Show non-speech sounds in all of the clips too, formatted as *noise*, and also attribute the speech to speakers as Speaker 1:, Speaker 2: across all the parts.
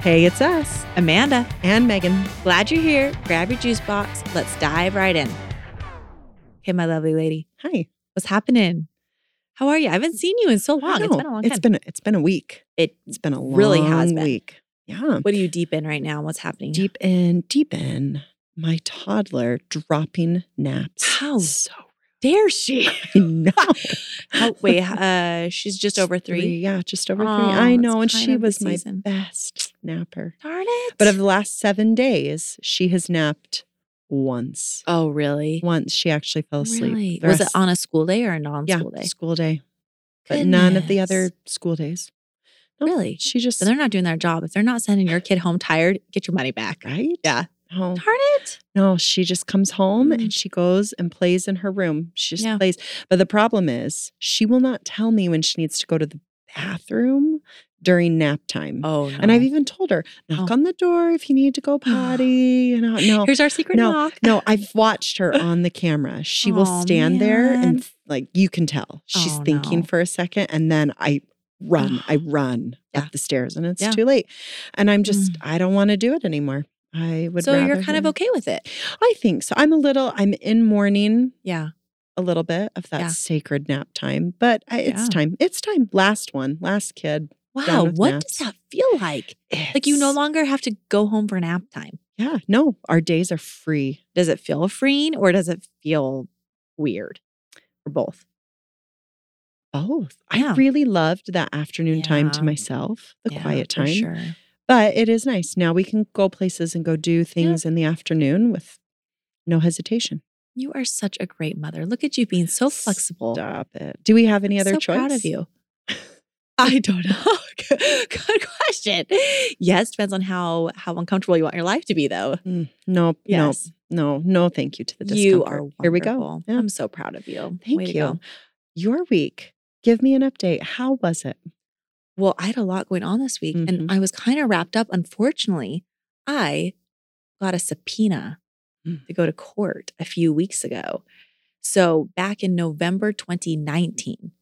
Speaker 1: Hey, it's us, Amanda.
Speaker 2: and Megan.
Speaker 1: Glad you're here. Grab your juice box. Let's dive right in. Hey, my lovely lady.
Speaker 2: Hi.
Speaker 1: What's happening? How are you? I haven't seen you in so long.
Speaker 2: I
Speaker 1: It's
Speaker 2: know.
Speaker 1: been a long
Speaker 2: It's
Speaker 1: time.
Speaker 2: been it's been a week.
Speaker 1: It-
Speaker 2: It's been a long
Speaker 1: really has been.
Speaker 2: week. Yeah.
Speaker 1: what are you deep in right now? What's happening?
Speaker 2: Deep in, deep in. My toddler dropping naps. *laughs*
Speaker 1: How
Speaker 2: So
Speaker 1: dare *laughs* she?
Speaker 2: *laughs* no.
Speaker 1: Oh, wait, uh, she's just over three.
Speaker 2: Yeah, just over
Speaker 1: Oh,
Speaker 2: three. I
Speaker 1: that's
Speaker 2: know. And
Speaker 1: kind
Speaker 2: she
Speaker 1: of the
Speaker 2: was my
Speaker 1: season.
Speaker 2: best napper.
Speaker 1: Darn it.
Speaker 2: But of the last seven days, she has napped once.
Speaker 1: oh, really?
Speaker 2: Once she actually fell asleep.
Speaker 1: Really?
Speaker 2: The
Speaker 1: Was it
Speaker 2: rest-
Speaker 1: on a school day or a non
Speaker 2: yeah,
Speaker 1: school day?
Speaker 2: School day. But none of the
Speaker 1: Goodness.
Speaker 2: other school days. No,
Speaker 1: Really?
Speaker 2: She just
Speaker 1: So they're not doing their job. If they're not sending your kid home tired, get your money back.
Speaker 2: right? Oh.
Speaker 1: Yeah.
Speaker 2: No.
Speaker 1: Darn it.
Speaker 2: No, she just comes home
Speaker 1: Mm.
Speaker 2: and she goes and plays in her room. She just
Speaker 1: Yeah.
Speaker 2: plays. But the problem is, she will not tell me when she needs to go to the bathroom during nap time.
Speaker 1: Oh,
Speaker 2: And I've even told her, knock
Speaker 1: Oh.
Speaker 2: on the door if you need
Speaker 1: *gasps*
Speaker 2: to go potty. You know, no,
Speaker 1: Here's our secret
Speaker 2: No.
Speaker 1: knock.
Speaker 2: no. I've watched her on the camera. She
Speaker 1: Aw,
Speaker 2: will stand there
Speaker 1: man.
Speaker 2: and like you can tell she's
Speaker 1: Oh,
Speaker 2: thinking
Speaker 1: no.
Speaker 2: for a second, and then I run,
Speaker 1: *sighs*
Speaker 2: I run
Speaker 1: Yeah.
Speaker 2: up the stairs, and it's
Speaker 1: Yeah. Mm.
Speaker 2: too late. And I'm just, I don't want to do it anymore. I would.
Speaker 1: So you're
Speaker 2: rather
Speaker 1: kind of
Speaker 2: her-
Speaker 1: okay with it.
Speaker 2: I think so. I'm a little, I'm in mourning
Speaker 1: Yeah.
Speaker 2: a little bit of that
Speaker 1: Yeah.
Speaker 2: sacred nap time, but I, it's
Speaker 1: Yeah.
Speaker 2: time. It's time. Last one, last kid.
Speaker 1: Wow.
Speaker 2: with
Speaker 1: What
Speaker 2: naps.
Speaker 1: does that feel like? Like you no
Speaker 2: It's-
Speaker 1: longer have to go home for nap time.
Speaker 2: Yeah, no, our days are free.
Speaker 1: Does it feel freeing or does it feel weird? Or both?
Speaker 2: Both.
Speaker 1: Yeah.
Speaker 2: I really loved that afternoon time to
Speaker 1: Yeah.
Speaker 2: myself, the
Speaker 1: Yeah,
Speaker 2: quiet
Speaker 1: for
Speaker 2: time.
Speaker 1: Sure.
Speaker 2: But it is nice. Now we can go places and go do things in the afternoon with no hesitation.
Speaker 1: You are such a great mother. Look at you being so flexible.
Speaker 2: Stop it. Do we have any other
Speaker 1: so
Speaker 2: choice?
Speaker 1: proud of
Speaker 2: *laughs*
Speaker 1: you. I don't know. *laughs* Good question. Yes, depends on how how uncomfortable you want your life to be, though.
Speaker 2: Mm, nope.
Speaker 1: Yes,
Speaker 2: Nope. No. No. Thank you to the discomfort.
Speaker 1: you are. Wonderful.
Speaker 2: Here we go. Yeah.
Speaker 1: I'm so proud of you.
Speaker 2: Thank
Speaker 1: Way to
Speaker 2: you.
Speaker 1: go.
Speaker 2: Your week. Give me an update. How was it?
Speaker 1: Well, I had a lot going on this week, and
Speaker 2: Mhm.
Speaker 1: I was kind of wrapped up. Unfortunately, I got a subpoena
Speaker 2: Mm.
Speaker 1: to go to court a few weeks ago. So back in November 2019,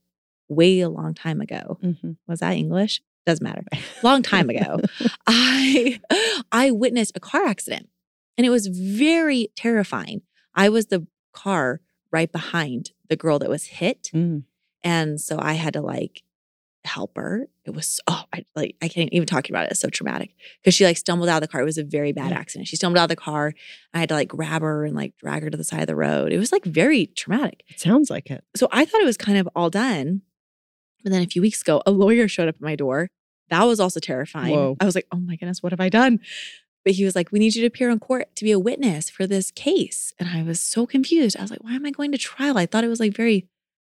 Speaker 1: way a long time ago. Was that English? Doesn't matter.
Speaker 2: *laughs*
Speaker 1: Long time ago. I *laughs* I witnessed a car accident and it was very terrifying. I was the car right behind the girl that was hit
Speaker 2: Mm.
Speaker 1: and so I had to like help her. It was *laughs* oh I like I can't even talk about it. It's so traumatic because she like stumbled out of the car. It was a very bad
Speaker 2: Yeah.
Speaker 1: accident. She stumbled out of the car. I had to like grab her and like drag her to the side of the road. It was like very traumatic
Speaker 2: It sounds like it.
Speaker 1: so I thought it was kind of all done. But then a few weeks ago, a lawyer showed up at my door. That was also terrifying.
Speaker 2: Whoa.
Speaker 1: I was like, oh my goodness, what have I done? But he was like, we need you to appear in court to be a witness for this case. And I was so confused. I was like, why am I going to trial? I thought it was like very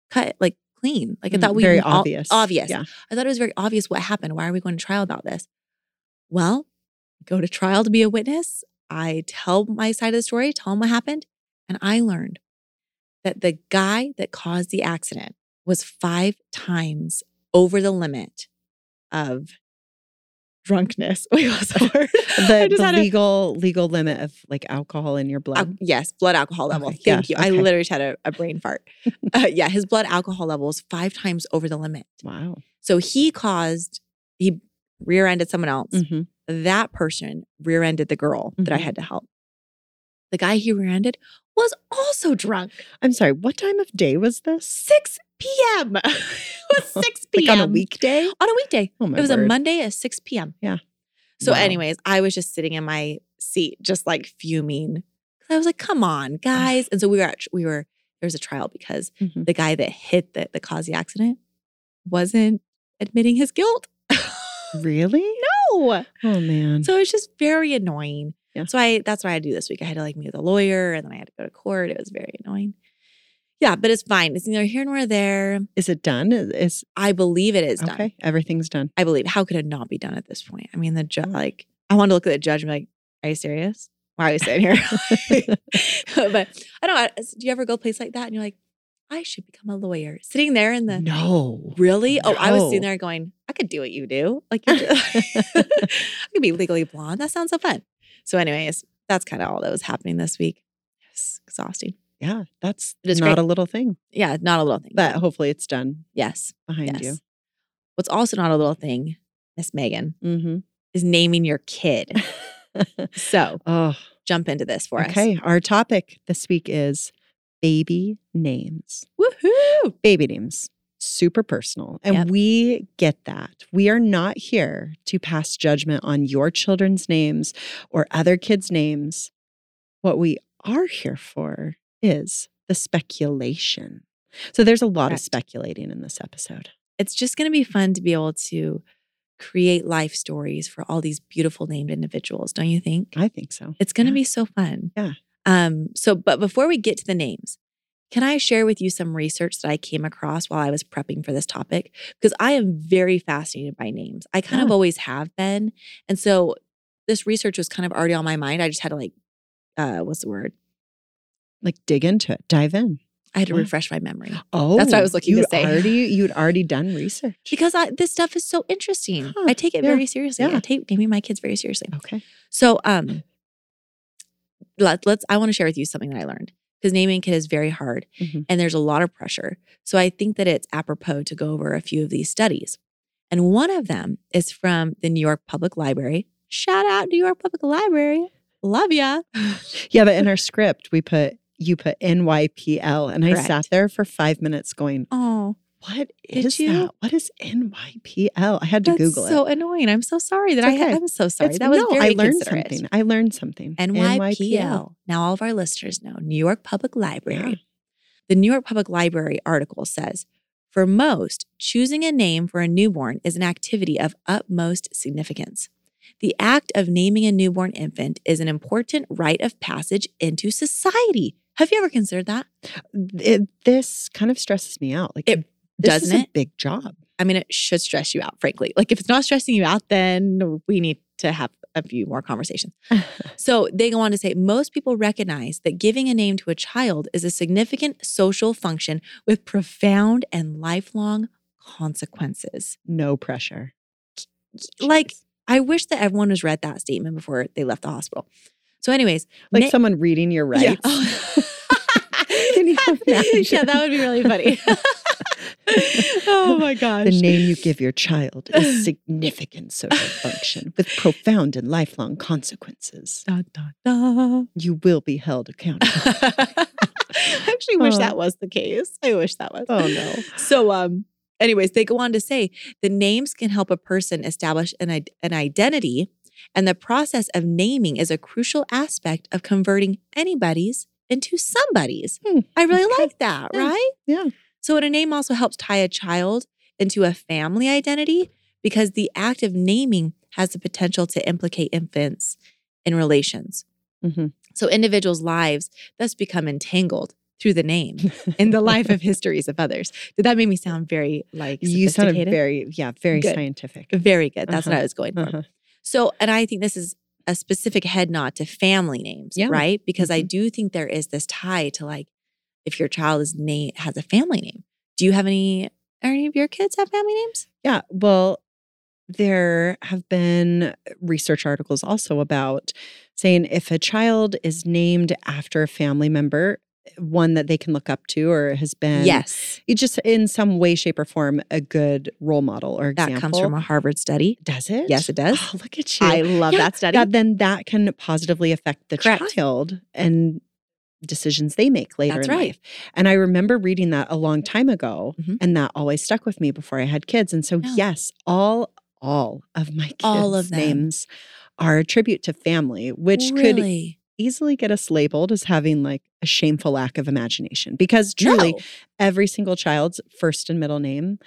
Speaker 1: cut, like clean. Like I thought
Speaker 2: Mm,
Speaker 1: we
Speaker 2: very
Speaker 1: all-
Speaker 2: obvious.
Speaker 1: obvious.
Speaker 2: Yeah.
Speaker 1: I thought it was very obvious what happened. Why are we going to trial about this? Well, go to trial to be a witness. I tell my side of the story, tell them what happened. And I learned that the guy that caused the accident was five times over the limit of drunkenness. *laughs* Wait, what's
Speaker 2: *laughs*
Speaker 1: the word? *laughs* I
Speaker 2: The,
Speaker 1: just
Speaker 2: the
Speaker 1: had a-
Speaker 2: legal legal limit of like alcohol in your
Speaker 1: Al-
Speaker 2: blood.
Speaker 1: yes, blood alcohol level.
Speaker 2: Okay, yeah,
Speaker 1: Thank you. I
Speaker 2: okay.
Speaker 1: literally just had a, a brain
Speaker 2: *laughs*
Speaker 1: fart. uh, yeah, his blood alcohol level is five times over the limit.
Speaker 2: wow.
Speaker 1: So he caused, he rear ended someone else.
Speaker 2: Mhm.
Speaker 1: That person rear ended the girl that I
Speaker 2: Mhm.
Speaker 1: had to help. The guy he rear ended was also drunk.
Speaker 2: I'm sorry. What time of day was this?
Speaker 1: 6 p.m. *laughs* it was
Speaker 2: *laughs*
Speaker 1: 6 p.m.
Speaker 2: Like on
Speaker 1: *gasps*
Speaker 2: a weekday?
Speaker 1: On a weekday.
Speaker 2: Oh my
Speaker 1: it was a
Speaker 2: word.
Speaker 1: Monday at 6 p.m.
Speaker 2: Yeah.
Speaker 1: So,
Speaker 2: Wow.
Speaker 1: anyways, I was just sitting in my seat, just like fuming. 'Cause I was like, come
Speaker 2: *sighs* Oh.
Speaker 1: on, guys. And so we were, at, we were, there was a trial because
Speaker 2: Mhm.
Speaker 1: the guy that hit the, that caused the accident wasn't admitting his guilt. *laughs*
Speaker 2: Really?
Speaker 1: no.
Speaker 2: Oh man.
Speaker 1: So it's just very annoying.
Speaker 2: Yeah.
Speaker 1: So I that's what I had to do this week. I had to like meet with a lawyer and then I had to go to court. It was very annoying. Yeah, but it's fine. It's neither here nor there.
Speaker 2: is it done? Is, is-
Speaker 1: I believe it is
Speaker 2: okay.
Speaker 1: done.
Speaker 2: Everything's
Speaker 1: *laughs*
Speaker 2: done.
Speaker 1: I believe. How could it not be done at this point? I mean, the judge
Speaker 2: Mm-hmm.
Speaker 1: like I want to look at the judge and be like, "Are you serious? Why are you sitting
Speaker 2: *laughs*
Speaker 1: here?" *laughs* but I don't. know. I- Do you ever go place like that and you're like, "I should become a lawyer," sitting there in the
Speaker 2: no.
Speaker 1: Really? Oh, I was sitting
Speaker 2: No.
Speaker 1: there going, I could do what you do. Like, you're just- *laughs* I could be legally blonde. That sounds so fun. So, anyways, that's kind of all that was happening this week. It's exhausting.
Speaker 2: Yeah, that's
Speaker 1: It is
Speaker 2: not
Speaker 1: great.
Speaker 2: a little thing,
Speaker 1: Yeah, not a little thing.
Speaker 2: but hopefully it's done
Speaker 1: yes,
Speaker 2: behind
Speaker 1: yes. What's also not a little thing, Miss Megan, *laughs*
Speaker 2: you. Mm-hmm. *laughs*
Speaker 1: is naming your kid. So
Speaker 2: oh,
Speaker 1: jump into this for us.
Speaker 2: okay. Our topic this week is baby names.
Speaker 1: Woohoo.
Speaker 2: Baby names, super personal. And
Speaker 1: Yep.
Speaker 2: we get that. We are not here to pass judgment on your children's names or other kids' names. What we are here for is the speculation. So there's a lot
Speaker 1: Correct.
Speaker 2: of speculating in this episode.
Speaker 1: It's just going to be fun to be able to create life stories for all these beautiful named individuals, don't you think?
Speaker 2: I think so.
Speaker 1: It's going to
Speaker 2: Yeah.
Speaker 1: be so fun.
Speaker 2: Yeah.
Speaker 1: Um so but before we get to the names, can I share with you some research that I came across while I was prepping for this topic because I am very fascinated by names. I kind of
Speaker 2: Yeah.
Speaker 1: always have been. And so this research was kind of already on my mind. I just had to like uh what's the word?
Speaker 2: Like dig into it, dive in.
Speaker 1: I had to
Speaker 2: Yeah.
Speaker 1: refresh my memory
Speaker 2: Oh,
Speaker 1: I was looking to
Speaker 2: you'd
Speaker 1: say.
Speaker 2: Already, you'd already done research.
Speaker 1: because I, this stuff is so interesting.
Speaker 2: Huh,
Speaker 1: I take it
Speaker 2: yeah,
Speaker 1: very seriously.
Speaker 2: yeah.
Speaker 1: I take naming my kids very seriously.
Speaker 2: okay.
Speaker 1: So um let, let's I want to share with you something that I learned because naming a kid is very hard
Speaker 2: Mhm.
Speaker 1: and there's a lot of pressure. So I think that it's apropos to go over a few of these studies. And one of them is from the New York Public Library. Shout out New York Public Library. Love ya.
Speaker 2: Yeah, but in our script, we put you put NYPL, and I sat
Speaker 1: Correct.
Speaker 2: there for five minutes going,
Speaker 1: Oh,
Speaker 2: "What
Speaker 1: Did
Speaker 2: is
Speaker 1: you?
Speaker 2: that? What is NYPL?" I had to
Speaker 1: that's
Speaker 2: Google
Speaker 1: so
Speaker 2: it.
Speaker 1: annoying. I'm so sorry that
Speaker 2: It's
Speaker 1: I
Speaker 2: okay.
Speaker 1: I'm so sorry.
Speaker 2: It's-
Speaker 1: that was
Speaker 2: no,
Speaker 1: very
Speaker 2: I learned
Speaker 1: considerate.
Speaker 2: something. I learned something.
Speaker 1: Mm-hmm. NYPL. Now, all of our listeners know New York Public Library. The New York Public Library article says For most, choosing a name for a newborn is an activity of utmost significance. The act of naming a newborn infant is an important rite of passage into society. Have you ever considered that?
Speaker 2: It, this kind of stresses me out. Like
Speaker 1: It-
Speaker 2: this is
Speaker 1: doesn't
Speaker 2: a
Speaker 1: it?
Speaker 2: big job.
Speaker 1: I mean, it should stress you out, frankly. Like, if it's not stressing you out, then we need to have a few more conversations.
Speaker 2: *laughs*
Speaker 1: So they go on to say most people recognize that giving a name to a child is a significant social function with profound and lifelong consequences.
Speaker 2: no pressure.
Speaker 1: Like,
Speaker 2: Jeez.
Speaker 1: I wish that everyone has read that statement before they left the hospital. So, anyways,
Speaker 2: like
Speaker 1: na-
Speaker 2: someone reading your rights.
Speaker 1: Yeah. *laughs* Oh.
Speaker 2: *laughs* Can you
Speaker 1: yeah, that would be really funny. *laughs* oh my gosh.
Speaker 2: The name you give your child
Speaker 1: *laughs*
Speaker 2: is significant social function with profound and lifelong consequences.
Speaker 1: Dun, dun, dun.
Speaker 2: You will be held accountable.
Speaker 1: *laughs* I actually wish
Speaker 2: Oh.
Speaker 1: that was the case. I wish that was.
Speaker 2: Oh no.
Speaker 1: So, um, anyways, they go on to say the names can help a person establish an, i- an identity, and the process of naming is a crucial aspect of converting anybody's into somebody's.
Speaker 2: Hmm,
Speaker 1: I really
Speaker 2: okay.
Speaker 1: like that,
Speaker 2: Yeah,
Speaker 1: right?
Speaker 2: yeah.
Speaker 1: So, a name also helps tie a child into a family identity because the act of naming has the potential to implicate infants in relations.
Speaker 2: Mhm.
Speaker 1: So individuals' lives thus become entangled through the name in the life
Speaker 2: *laughs*
Speaker 1: of histories of others. Did that make me sound very like
Speaker 2: You sounded
Speaker 1: sophisticated?
Speaker 2: very, yeah, very
Speaker 1: Good.
Speaker 2: scientific.
Speaker 1: very good. That's what
Speaker 2: Uh-huh,
Speaker 1: I was going for.
Speaker 2: Uh-huh.
Speaker 1: So, and I think this is a specific head nod to family names,
Speaker 2: Yeah. Mm-hmm.
Speaker 1: right? Because I do think there is this tie to like if your child is name has a family name. Do you have any or any of your kids have family names?
Speaker 2: Yeah. Well, there have been research articles also about saying if a child is named after a family member, one that they can look up to or has been
Speaker 1: yes.
Speaker 2: it just in some way, shape, or form a good role model or
Speaker 1: That
Speaker 2: example.
Speaker 1: comes from a Harvard study.
Speaker 2: does it?
Speaker 1: Yes, it does.
Speaker 2: Oh, look at you.
Speaker 1: I love
Speaker 2: Yeah,
Speaker 1: that study.
Speaker 2: yeah, then that can positively affect the
Speaker 1: Correct.
Speaker 2: child and decisions they make later
Speaker 1: That's
Speaker 2: in
Speaker 1: right.
Speaker 2: life. And I remember reading that a long time ago,
Speaker 1: Mhm.
Speaker 2: and that always stuck with me before I had kids. And so,
Speaker 1: Yeah.
Speaker 2: yes, all all of my *laughs* kids'
Speaker 1: All of them.
Speaker 2: names are a tribute to family, which could
Speaker 1: really?
Speaker 2: easily get us labeled as having like a shameful lack of imagination. Because truly,
Speaker 1: No.
Speaker 2: every single child's first and middle name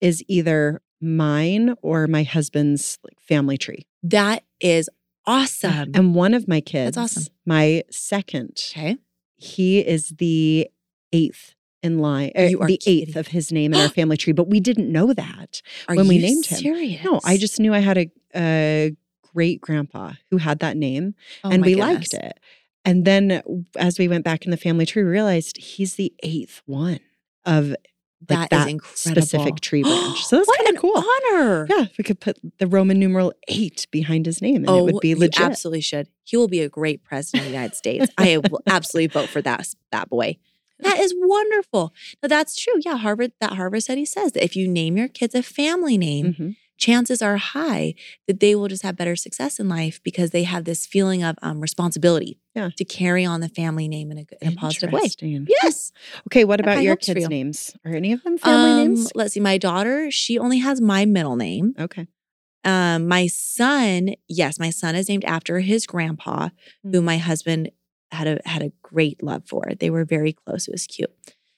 Speaker 2: is either mine or my husband's like family tree.
Speaker 1: that is awesome.
Speaker 2: And one of my kids,
Speaker 1: awesome.
Speaker 2: my second,
Speaker 1: Okay.
Speaker 2: he is the eighth in line, er,
Speaker 1: You are
Speaker 2: the eighth
Speaker 1: kidding.
Speaker 2: of his name in
Speaker 1: *gasps*
Speaker 2: our family tree. But we didn't know that.
Speaker 1: Are
Speaker 2: when we
Speaker 1: you
Speaker 2: named him.
Speaker 1: serious?
Speaker 2: No, I just knew I had a, a great grandpa who had that name,
Speaker 1: Oh
Speaker 2: and
Speaker 1: my
Speaker 2: we
Speaker 1: goodness.
Speaker 2: liked it. And then as we went back in the family tree, we realized he's the eighth one of like, that,
Speaker 1: That is incredible.
Speaker 2: specific
Speaker 1: *gasps*
Speaker 2: tree branch. So that's
Speaker 1: what
Speaker 2: kind
Speaker 1: an
Speaker 2: of cool.
Speaker 1: honor.
Speaker 2: Yeah, if we could put the Roman numeral eight behind his name, and it would be
Speaker 1: Oh, you
Speaker 2: legit.
Speaker 1: absolutely should. He will be a great president of the United States. I will absolutely vote for that that boy. That is wonderful. Now that's true. Yeah, Harvard. That Harvard study says that if you name your kids a family name,
Speaker 2: Mhm.
Speaker 1: chances are high that they will just have better success in life because they have this feeling of um, responsibility
Speaker 2: Yeah.
Speaker 1: to carry on the family name in a, good- in a positive way.
Speaker 2: Interesting.
Speaker 1: Yes.
Speaker 2: Okay, what
Speaker 1: That
Speaker 2: about
Speaker 1: kinda
Speaker 2: your
Speaker 1: helps for
Speaker 2: kids'
Speaker 1: you.
Speaker 2: names? Are any of them family
Speaker 1: Um,
Speaker 2: names?
Speaker 1: Let's see. My daughter, she only has my middle name.
Speaker 2: *laughs* Okay.
Speaker 1: Um, my son, yes, my son is named after his grandpa, who
Speaker 2: Hmm.
Speaker 1: my husband had a had a great love for. They were very close. It was cute.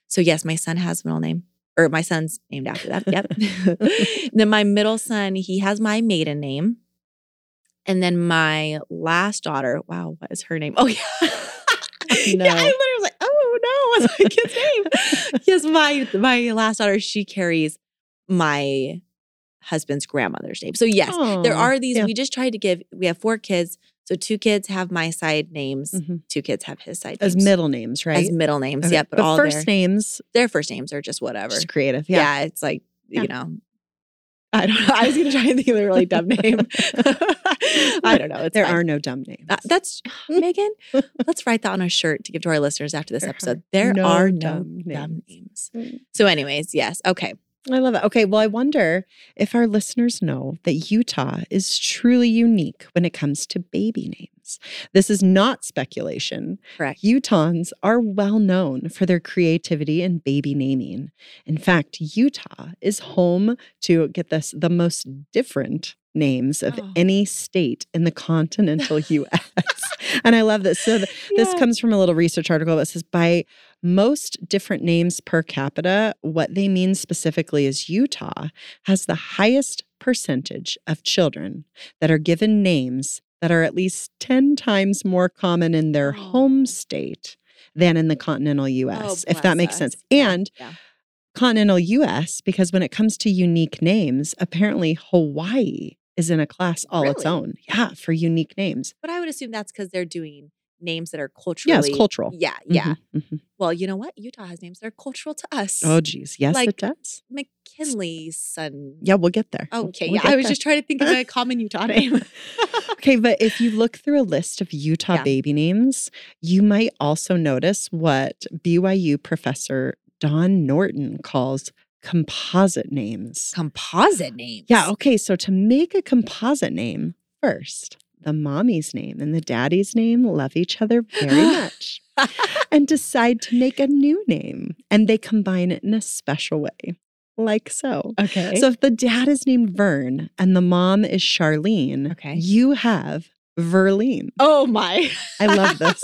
Speaker 1: So yes, my son has a middle name, or my son's named after that. Yep. *laughs* then my middle son, he has my maiden name, and then my last daughter. Wow, what is her name? Oh yeah. *laughs*
Speaker 2: No.
Speaker 1: Yeah, I literally was like, oh no, *laughs* what's my kid's name? *laughs* yes, my my last daughter, she carries my husband's grandmother's name. So yes, there
Speaker 2: Aw,
Speaker 1: are these.
Speaker 2: yeah.
Speaker 1: We just tried to give. We have four kids, so two kids have my side names,
Speaker 2: Mhm.
Speaker 1: two kids have his side
Speaker 2: as
Speaker 1: names.
Speaker 2: middle names, right?
Speaker 1: as middle names.
Speaker 2: Okay,
Speaker 1: Yeah, but, all
Speaker 2: first
Speaker 1: their,
Speaker 2: names,
Speaker 1: their first names are just whatever.
Speaker 2: just creative. Yeah.
Speaker 1: yeah. *laughs* it's like
Speaker 2: Yeah.
Speaker 1: you know. *laughs* I don't know. I was gonna try and think of a really *laughs* dumb name. I don't know. It's
Speaker 2: there
Speaker 1: fine.
Speaker 2: are no dumb names.
Speaker 1: Uh, *laughs* that's Megan. let's write that on a shirt to give to our listeners after this
Speaker 2: There
Speaker 1: episode.
Speaker 2: are
Speaker 1: There
Speaker 2: no
Speaker 1: are no
Speaker 2: dumb
Speaker 1: dumb names.
Speaker 2: Mm.
Speaker 1: So, anyways, yes. Okay.
Speaker 2: I love it. Okay, well, I wonder if our listeners know that Utah is truly unique when it comes to baby names. This is not speculation.
Speaker 1: Correct.
Speaker 2: Utahns are well known for their creativity in baby naming. In fact, Utah is home to get this the most different names of
Speaker 1: Oh.
Speaker 2: any state in the
Speaker 1: *laughs*
Speaker 2: continental US. and I love this. So this
Speaker 1: Yeah.
Speaker 2: comes from a little research article that says by most different names per capita, what they mean specifically is Utah has the highest percentage of children that are given names that are at least 10 times more common in their
Speaker 1: Oh.
Speaker 2: home state than in the continental US, if that makes sense. And continental US, because when it comes to unique names, apparently Hawaii is in a class all its
Speaker 1: Really?
Speaker 2: own. Yeah, for unique names.
Speaker 1: But I would assume that's because they're doing names that are culturally.
Speaker 2: Yeah, it's cultural.
Speaker 1: Yeah, yeah.
Speaker 2: Mhm, mhm.
Speaker 1: Well, you know what? Utah has names that are cultural to us.
Speaker 2: Oh, geez. Yes,
Speaker 1: Like-
Speaker 2: it does.
Speaker 1: McKinley's son. Oh,
Speaker 2: Yeah, oh, we'll get there. We'll-
Speaker 1: Okay.
Speaker 2: we'll
Speaker 1: Yeah.
Speaker 2: get
Speaker 1: I was
Speaker 2: there.
Speaker 1: just trying to think of a
Speaker 2: *laughs*
Speaker 1: common Utah name.
Speaker 2: Okay, but if you look through a list of Utah
Speaker 1: Yeah.
Speaker 2: baby names, you might also notice what BYU professor Don Norton calls composite names.
Speaker 1: *laughs* Composite names.
Speaker 2: Yeah, okay, so to make a composite name, first, the mommy's name and the daddy's name love each other *gasps* very much and decide to make a new name, and they combine it in a special way, like so.
Speaker 1: Okay.
Speaker 2: So if the dad is named Vern and the mom is Charlene,
Speaker 1: Okay.
Speaker 2: you have Verlene.
Speaker 1: oh my. *laughs*
Speaker 2: I love this.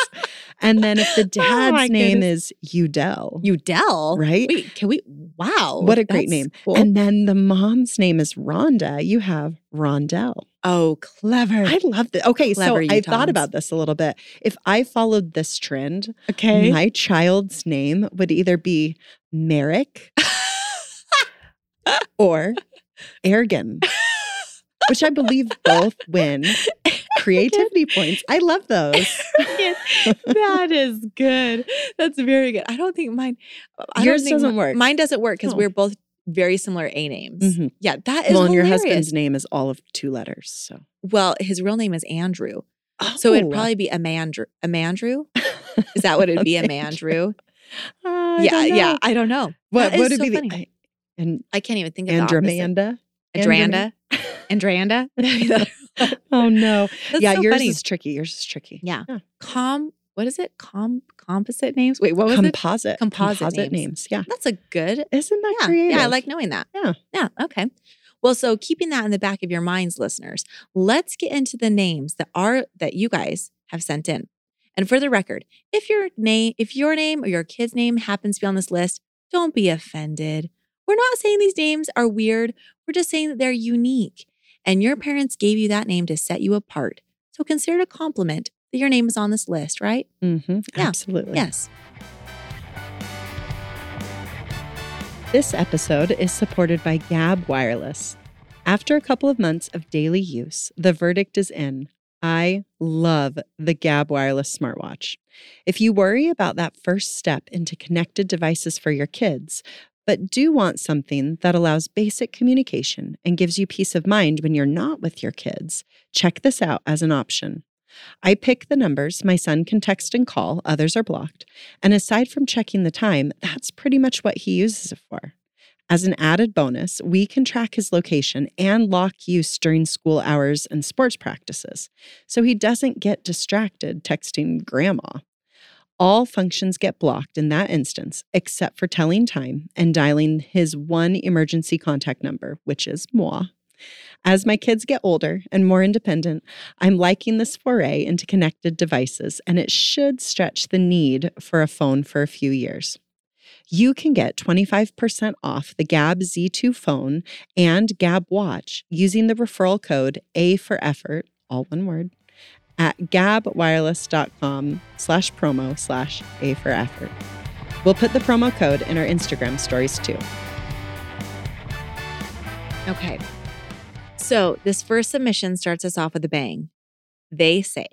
Speaker 2: and then if the
Speaker 1: Oh my
Speaker 2: dad's name is Udell,
Speaker 1: Udell.
Speaker 2: right?
Speaker 1: Wait, can we? Wow.
Speaker 2: What a
Speaker 1: that's
Speaker 2: great name.
Speaker 1: cool.
Speaker 2: And then the mom's name is Rhonda, you have Rondell.
Speaker 1: oh, clever.
Speaker 2: I love this. Okay,
Speaker 1: Clever
Speaker 2: so I thought
Speaker 1: Utahns.
Speaker 2: about this a little bit. If I followed this trend,
Speaker 1: okay.
Speaker 2: my child's name would either be Merrick or Ergen, which I believe both
Speaker 1: *laughs*
Speaker 2: win creativity points. I love those.
Speaker 1: *laughs* that is good. That's very good. I don't think mine. I
Speaker 2: Yours
Speaker 1: don't think
Speaker 2: doesn't
Speaker 1: mi-
Speaker 2: work.
Speaker 1: Mine doesn't work because
Speaker 2: No.
Speaker 1: we're both very similar A names.
Speaker 2: Mhm.
Speaker 1: Yeah, that is
Speaker 2: Well, and your
Speaker 1: hilarious.
Speaker 2: husband's name is all of two letters. So,
Speaker 1: Well, his real name is Andrew, so it'd
Speaker 2: Oh.
Speaker 1: probably be Amandrew. Amandrew? Is
Speaker 2: *laughs*
Speaker 1: that what it'd be? Amandrew?
Speaker 2: Uh, I
Speaker 1: yeah,
Speaker 2: don't
Speaker 1: yeah.
Speaker 2: know.
Speaker 1: I don't know.
Speaker 2: What
Speaker 1: That is
Speaker 2: would it
Speaker 1: so
Speaker 2: be? The,
Speaker 1: funny.
Speaker 2: I- and
Speaker 1: I can't even think of the *laughs*
Speaker 2: Andromanda.
Speaker 1: Andranda. Andranda. Andranda.
Speaker 2: *laughs* oh no!
Speaker 1: That's
Speaker 2: yeah,
Speaker 1: so
Speaker 2: yours
Speaker 1: funny.
Speaker 2: is tricky. Yours is tricky.
Speaker 1: Yeah. com. What is it? Com composite names. Wait, what was it?
Speaker 2: composite,
Speaker 1: Composite
Speaker 2: names.
Speaker 1: names.
Speaker 2: Yeah,
Speaker 1: That's a good
Speaker 2: isn't that
Speaker 1: yeah,
Speaker 2: creative?
Speaker 1: Yeah, I like knowing that.
Speaker 2: Yeah.
Speaker 1: Yeah. Okay. Well, so keeping that in the back of your minds, listeners, let's get into the names that are that you guys have sent in. And for the record, if your name, if your name or your kid's name happens to be on this list, don't be offended. We're not saying these names are weird. We're just saying that they're unique. And your parents gave you that name to set you apart. So consider it a compliment that your name is on this list, right?
Speaker 2: Mm-hmm.
Speaker 1: Yeah.
Speaker 2: Absolutely.
Speaker 1: Yes.
Speaker 2: This episode is supported by Gab Wireless. After a couple of months of daily use, the verdict is in. I love the Gab Wireless smartwatch. If you worry about that first step into connected devices for your kids, but do want something that allows basic communication and gives you peace of mind when you're not with your kids, check this out as an option. I pick the numbers my son can text and call, others are blocked. And aside from checking the time, that's pretty much what he uses it for. As an added bonus, we can track his location and lock use during school hours and sports practices so he doesn't get distracted texting grandma. All functions get blocked in that instance, except for telling time and dialing his one emergency contact number, which is moi. As my kids get older and more independent, I'm liking this foray into connected devices, and it should stretch the need for a phone for a few years. You can get 25% off the Gab Z2 phone and Gab watch using the referral code A for effort, all one word, at gabwireless.com slash promo slash A for effort. We'll put the promo code in our Instagram stories too.
Speaker 1: Okay. So this first submission starts us off with a bang. They say,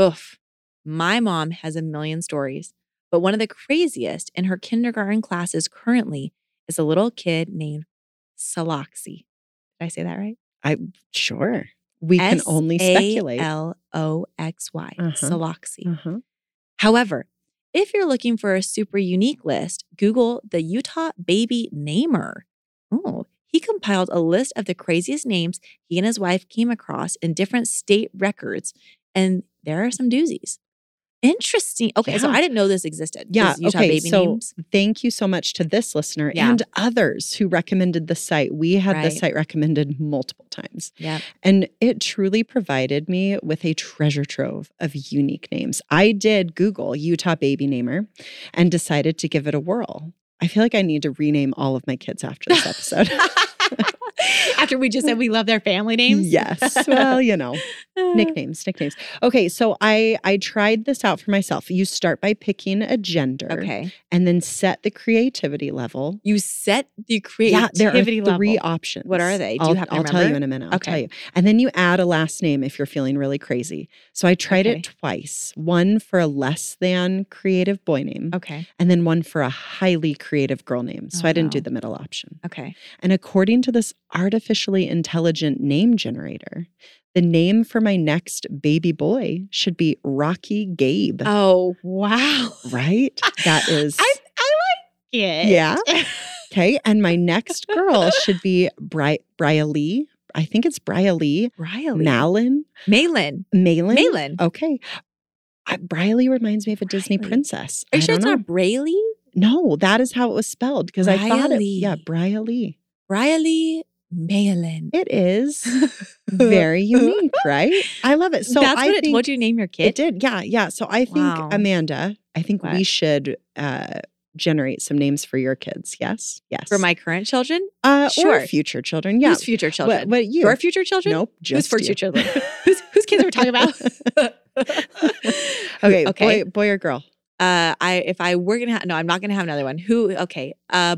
Speaker 1: Oof, my mom has a million stories, but one of the craziest in her kindergarten classes currently is a little kid named Saloxi. Did I say that right?
Speaker 2: Sure. We can only speculate.
Speaker 1: L E. O X Y,
Speaker 2: Uh-huh.
Speaker 1: Saloxi.
Speaker 2: Uh-huh.
Speaker 1: However, if you're looking for a super unique list, Google the Utah Baby Namer. Oh, he compiled a list of the craziest names he and his wife came across in different state records, and there are some doozies. Interesting. Okay, so
Speaker 2: Yeah.
Speaker 1: I didn't know this existed.
Speaker 2: Yeah,
Speaker 1: this Utah
Speaker 2: okay,
Speaker 1: Baby
Speaker 2: so-
Speaker 1: Names.
Speaker 2: Thank you so much to this listener
Speaker 1: Yeah.
Speaker 2: and others who recommended the site. We had the
Speaker 1: Right.
Speaker 2: site recommended multiple times.
Speaker 1: Yeah.
Speaker 2: And it truly provided me with a treasure trove of unique names. I did Google Utah Baby Namer and decided to give it a whirl. I feel like I need to rename all of my kids after this episode.
Speaker 1: *laughs* After we just said we love their family *laughs* names.
Speaker 2: *laughs* yes. Well,
Speaker 1: *laughs*
Speaker 2: you know. nicknames nicknames okay so i i tried this out for myself you start by picking a gender
Speaker 1: Okay.
Speaker 2: and then set the creativity level
Speaker 1: You set the
Speaker 2: yeah
Speaker 1: creativity
Speaker 2: there are three
Speaker 1: level.
Speaker 2: options
Speaker 1: What are they? Do you
Speaker 2: i'll,
Speaker 1: have to
Speaker 2: I'll tell you
Speaker 1: remember?
Speaker 2: in a minute i'll tell
Speaker 1: Okay.
Speaker 2: you and then you add a last name if you're feeling really crazy so i tried
Speaker 1: Okay.
Speaker 2: it twice one for a less than creative boy name
Speaker 1: Okay.
Speaker 2: and then one for a highly creative girl name so
Speaker 1: Oh,
Speaker 2: i didn't do
Speaker 1: wow.
Speaker 2: the middle option
Speaker 1: *laughs* Okay.
Speaker 2: and according to this artificially intelligent name generator, the name for my next baby boy should be Rocky Gabe.
Speaker 1: Oh wow.
Speaker 2: right? That is.
Speaker 1: *laughs* I, I like it.
Speaker 2: yeah. Okay. And my next girl should be Bri- Bria Lee. I think it's Bria Lee.
Speaker 1: *laughs* Riley.
Speaker 2: Malin.
Speaker 1: Malin.
Speaker 2: Malin.
Speaker 1: Malin.
Speaker 2: Okay. I, Bria Lee reminds me of a Disney
Speaker 1: Briley.
Speaker 2: princess.
Speaker 1: Are
Speaker 2: I
Speaker 1: you sure
Speaker 2: don't
Speaker 1: it's
Speaker 2: know.
Speaker 1: not Brayley?
Speaker 2: No, that is how it was spelled because I thought it. Yeah,
Speaker 1: Briley.
Speaker 2: Bria Lee.
Speaker 1: Riley
Speaker 2: *laughs*
Speaker 1: Malin.
Speaker 2: It is.
Speaker 1: *laughs*
Speaker 2: very unique, right? I love it. So
Speaker 1: That's
Speaker 2: I
Speaker 1: what it
Speaker 2: think
Speaker 1: told you to name your kid.
Speaker 2: It did, yeah, yeah. So I think
Speaker 1: Wow.
Speaker 2: Amanda, I think we
Speaker 1: What?
Speaker 2: should uh, generate some names for your kids. Yes, yes.
Speaker 1: for my current children.
Speaker 2: uh, or
Speaker 1: sure.
Speaker 2: future children. Yeah.
Speaker 1: Who's future children?
Speaker 2: What, what you?
Speaker 1: Your future children?
Speaker 2: nope. Just
Speaker 1: for
Speaker 2: you.
Speaker 1: future
Speaker 2: *laughs*
Speaker 1: children? *laughs* Whose whose kids are we talking about?
Speaker 2: okay.
Speaker 1: *laughs* Okay.
Speaker 2: Boy, boy or girl?
Speaker 1: Uh, I if I were gonna have no, I'm not gonna have another one. Who? Okay, uh,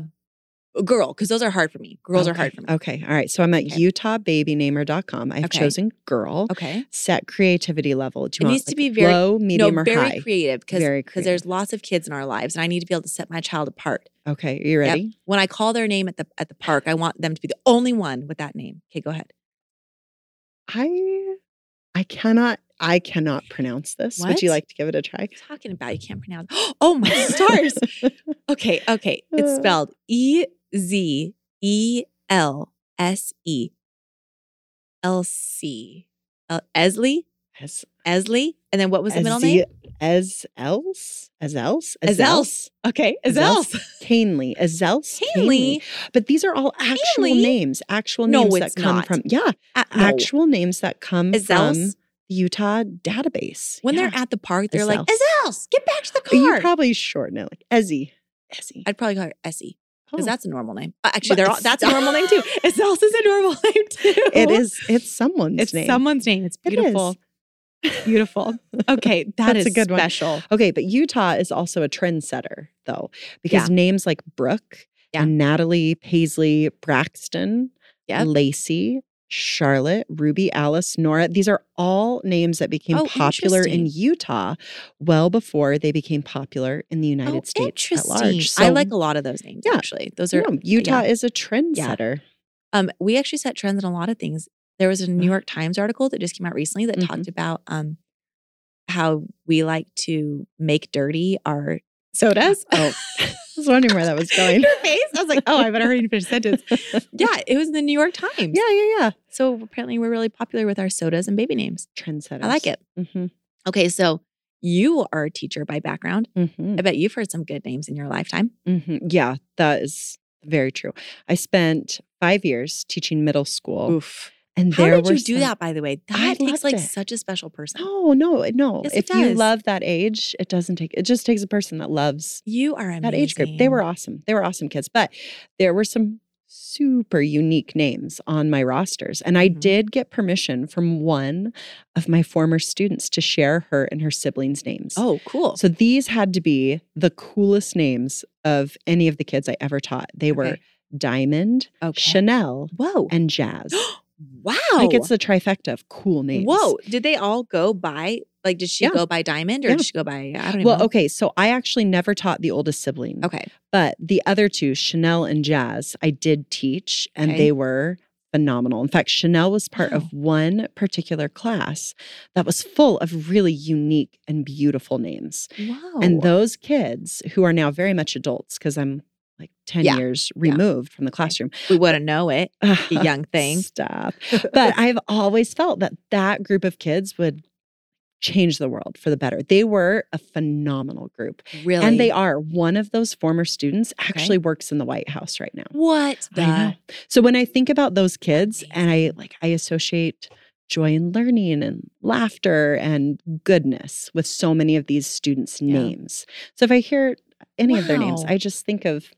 Speaker 1: girl, because those are hard for me. Girls are
Speaker 2: Okay, Oh.
Speaker 1: hard for me.
Speaker 2: Okay. All right. So I'm at
Speaker 1: Okay.
Speaker 2: utahbabynamer.com. I've
Speaker 1: Okay.
Speaker 2: chosen girl.
Speaker 1: Okay,
Speaker 2: Set creativity level. Do
Speaker 1: It
Speaker 2: you want
Speaker 1: needs to
Speaker 2: like,
Speaker 1: be very-
Speaker 2: low, medium,
Speaker 1: no,
Speaker 2: or
Speaker 1: very
Speaker 2: high?
Speaker 1: creative because
Speaker 2: Very
Speaker 1: because there's lots of kids in our lives, and I need to be able to set my child apart.
Speaker 2: okay. Are you
Speaker 1: Yep.
Speaker 2: ready?
Speaker 1: When I call their name at the at the park, I want them to be the only one with that name. Okay, go ahead.
Speaker 2: I I cannot I cannot pronounce this. Would you
Speaker 1: What?
Speaker 2: like to give it a try?
Speaker 1: What are you talking about you can't pronounce. *gasps* Oh
Speaker 2: *laughs*
Speaker 1: my *laughs* stars. okay, okay. It's
Speaker 2: Uh.
Speaker 1: spelled E Z E L S E L C El- Esley
Speaker 2: As
Speaker 1: Esley. And then what was the middle
Speaker 2: as-
Speaker 1: name?
Speaker 2: As else? As else?
Speaker 1: As else. Okay,
Speaker 2: Ezels.
Speaker 1: Ezels.
Speaker 2: *laughs* Canely. As else?
Speaker 1: Haley.
Speaker 2: But these are all actual
Speaker 1: Canely?
Speaker 2: names. Actual
Speaker 1: No,
Speaker 2: names
Speaker 1: it's
Speaker 2: that come
Speaker 1: not.
Speaker 2: from yeah.
Speaker 1: Uh, no.
Speaker 2: Actual names that come from
Speaker 1: Ezels.
Speaker 2: the Utah database.
Speaker 1: When
Speaker 2: Yeah.
Speaker 1: they're at the park, they're like,
Speaker 2: Ezels.
Speaker 1: Ezels, get back to the
Speaker 2: But you
Speaker 1: car.
Speaker 2: probably shorten it like Ezzy. Ezzy.
Speaker 1: I'd probably call her E. Essie.
Speaker 2: Oh.
Speaker 1: because that's a normal name. Uh, actually,
Speaker 2: But
Speaker 1: they're all,
Speaker 2: it's-
Speaker 1: that's a normal
Speaker 2: *laughs*
Speaker 1: name too. It's also a normal *laughs* name too.
Speaker 2: it is it's someone's
Speaker 1: It's
Speaker 2: name. *laughs*
Speaker 1: someone's name. It's
Speaker 2: It is.
Speaker 1: beautiful. Beautiful.
Speaker 2: *laughs*
Speaker 1: Okay, that's
Speaker 2: That's a
Speaker 1: a
Speaker 2: good one.
Speaker 1: special.
Speaker 2: Okay, but Utah is also a trendsetter, though, because names like Brooke,
Speaker 1: Yeah.
Speaker 2: and Natalie, Paisley, Braxton,
Speaker 1: Yep.
Speaker 2: Lacey, Charlotte, Ruby, Alice, Nora, these are all names that became
Speaker 1: Oh,
Speaker 2: popular in
Speaker 1: interesting.
Speaker 2: Utah well before they became popular in the United States at large.
Speaker 1: Oh, I like a lot of those names
Speaker 2: Yeah.
Speaker 1: actually. Those
Speaker 2: you
Speaker 1: are
Speaker 2: know, Utah
Speaker 1: yeah.
Speaker 2: is a trendsetter.
Speaker 1: um we actually set trends in a lot of things. There was a New York Times article that just came out recently that
Speaker 2: Mhm.
Speaker 1: talked about um
Speaker 2: *laughs*
Speaker 1: how we like to make dirty our sodas.
Speaker 2: Oh, was wondering where that was
Speaker 1: *laughs*
Speaker 2: going. *laughs*
Speaker 1: Your face. I was like, oh, I better hurry and finish the sentence. *laughs* Yeah, it was in the New York Times.
Speaker 2: Yeah, yeah, yeah.
Speaker 1: So apparently we're really popular with our sodas and baby names.
Speaker 2: Trendsetters.
Speaker 1: I like it.
Speaker 2: hmm
Speaker 1: Okay, so you are a teacher by background.
Speaker 2: hmm
Speaker 1: I bet you've heard some good names in your lifetime.
Speaker 2: hmm Yeah, that is very true. I spent five years teaching middle school.
Speaker 1: Oof.
Speaker 2: And
Speaker 1: How
Speaker 2: there
Speaker 1: did
Speaker 2: were
Speaker 1: you do
Speaker 2: some-
Speaker 1: that, by the way? That
Speaker 2: I
Speaker 1: takes
Speaker 2: loved
Speaker 1: like
Speaker 2: it.
Speaker 1: such a special person.
Speaker 2: *gasps* No, no, no.
Speaker 1: Yes, it
Speaker 2: if you
Speaker 1: does.
Speaker 2: love that age, it doesn't take it just takes a person that loves
Speaker 1: You are amazing.
Speaker 2: that age group. They were awesome. They were awesome kids, but there were some super unique names on my rosters. And I
Speaker 1: Mhm.
Speaker 2: did get permission from one of my former students to share her and her siblings' names.
Speaker 1: Oh, cool.
Speaker 2: So these had to be the coolest names of any of the kids I ever taught. They were
Speaker 1: Okay.
Speaker 2: Diamond,
Speaker 1: okay.
Speaker 2: Chanel,
Speaker 1: Whoa.
Speaker 2: and Jazz.
Speaker 1: wow.
Speaker 2: Like it's the trifecta of cool names.
Speaker 1: Whoa. Did they all go by, like, did she
Speaker 2: Yeah.
Speaker 1: go by Diamond or
Speaker 2: Yeah.
Speaker 1: did she go by, I don't even
Speaker 2: Well,
Speaker 1: know.
Speaker 2: okay, so I actually never taught the oldest sibling,
Speaker 1: Okay.
Speaker 2: but the other two, Chanel and Jazz, I did teach and
Speaker 1: Okay.
Speaker 2: they were phenomenal. In fact, Chanel was part
Speaker 1: Wow.
Speaker 2: of one particular class that was full of really unique and beautiful names.
Speaker 1: Wow.
Speaker 2: And those kids who are now very much adults, because I'm like 10
Speaker 1: Yeah.
Speaker 2: years removed from the classroom. Ah,
Speaker 1: we wouldn't know it, you
Speaker 2: *laughs*
Speaker 1: young thing. *laughs*
Speaker 2: Stop. But I've always felt that that group of kids would change the world for the better. They were a phenomenal group.
Speaker 1: really?
Speaker 2: And they are. One of those former students actually works in the White House right now.
Speaker 1: What the?
Speaker 2: I know. So when I think about those kids and I
Speaker 1: Amazing.
Speaker 2: like I associate joy and learning and laughter and goodness with so many of these students'
Speaker 1: Yeah.
Speaker 2: names. So if I hear any of their names,
Speaker 1: Wow.
Speaker 2: I just think of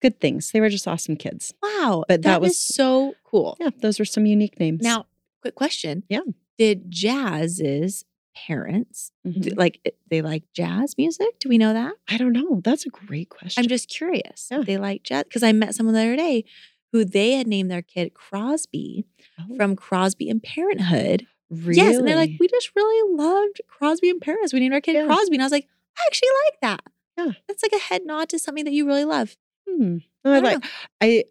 Speaker 2: good things. They were just awesome kids.
Speaker 1: Wow.
Speaker 2: But that
Speaker 1: is
Speaker 2: was-
Speaker 1: so cool.
Speaker 2: Yeah, those were some unique names.
Speaker 1: Now, quick question.
Speaker 2: Yeah.
Speaker 1: Did Jazz's parents
Speaker 2: Mhm.
Speaker 1: d- like it- they like jazz music? Do we know that?
Speaker 2: I don't know. That's a great question.
Speaker 1: I'm just curious.
Speaker 2: Yeah.
Speaker 1: They like jazz because I met someone the other day who they had named their kid Crosby
Speaker 2: Oh,
Speaker 1: from Crosby and Parenthood.
Speaker 2: really?
Speaker 1: Yes, and they're like, we just really loved Crosby and Parents. We named our kid
Speaker 2: Yeah.
Speaker 1: Crosby, and I was like, I actually like that.
Speaker 2: Yeah.
Speaker 1: that's like a head nod to something that you really love.
Speaker 2: Hmm. No, I
Speaker 1: I don't
Speaker 2: like I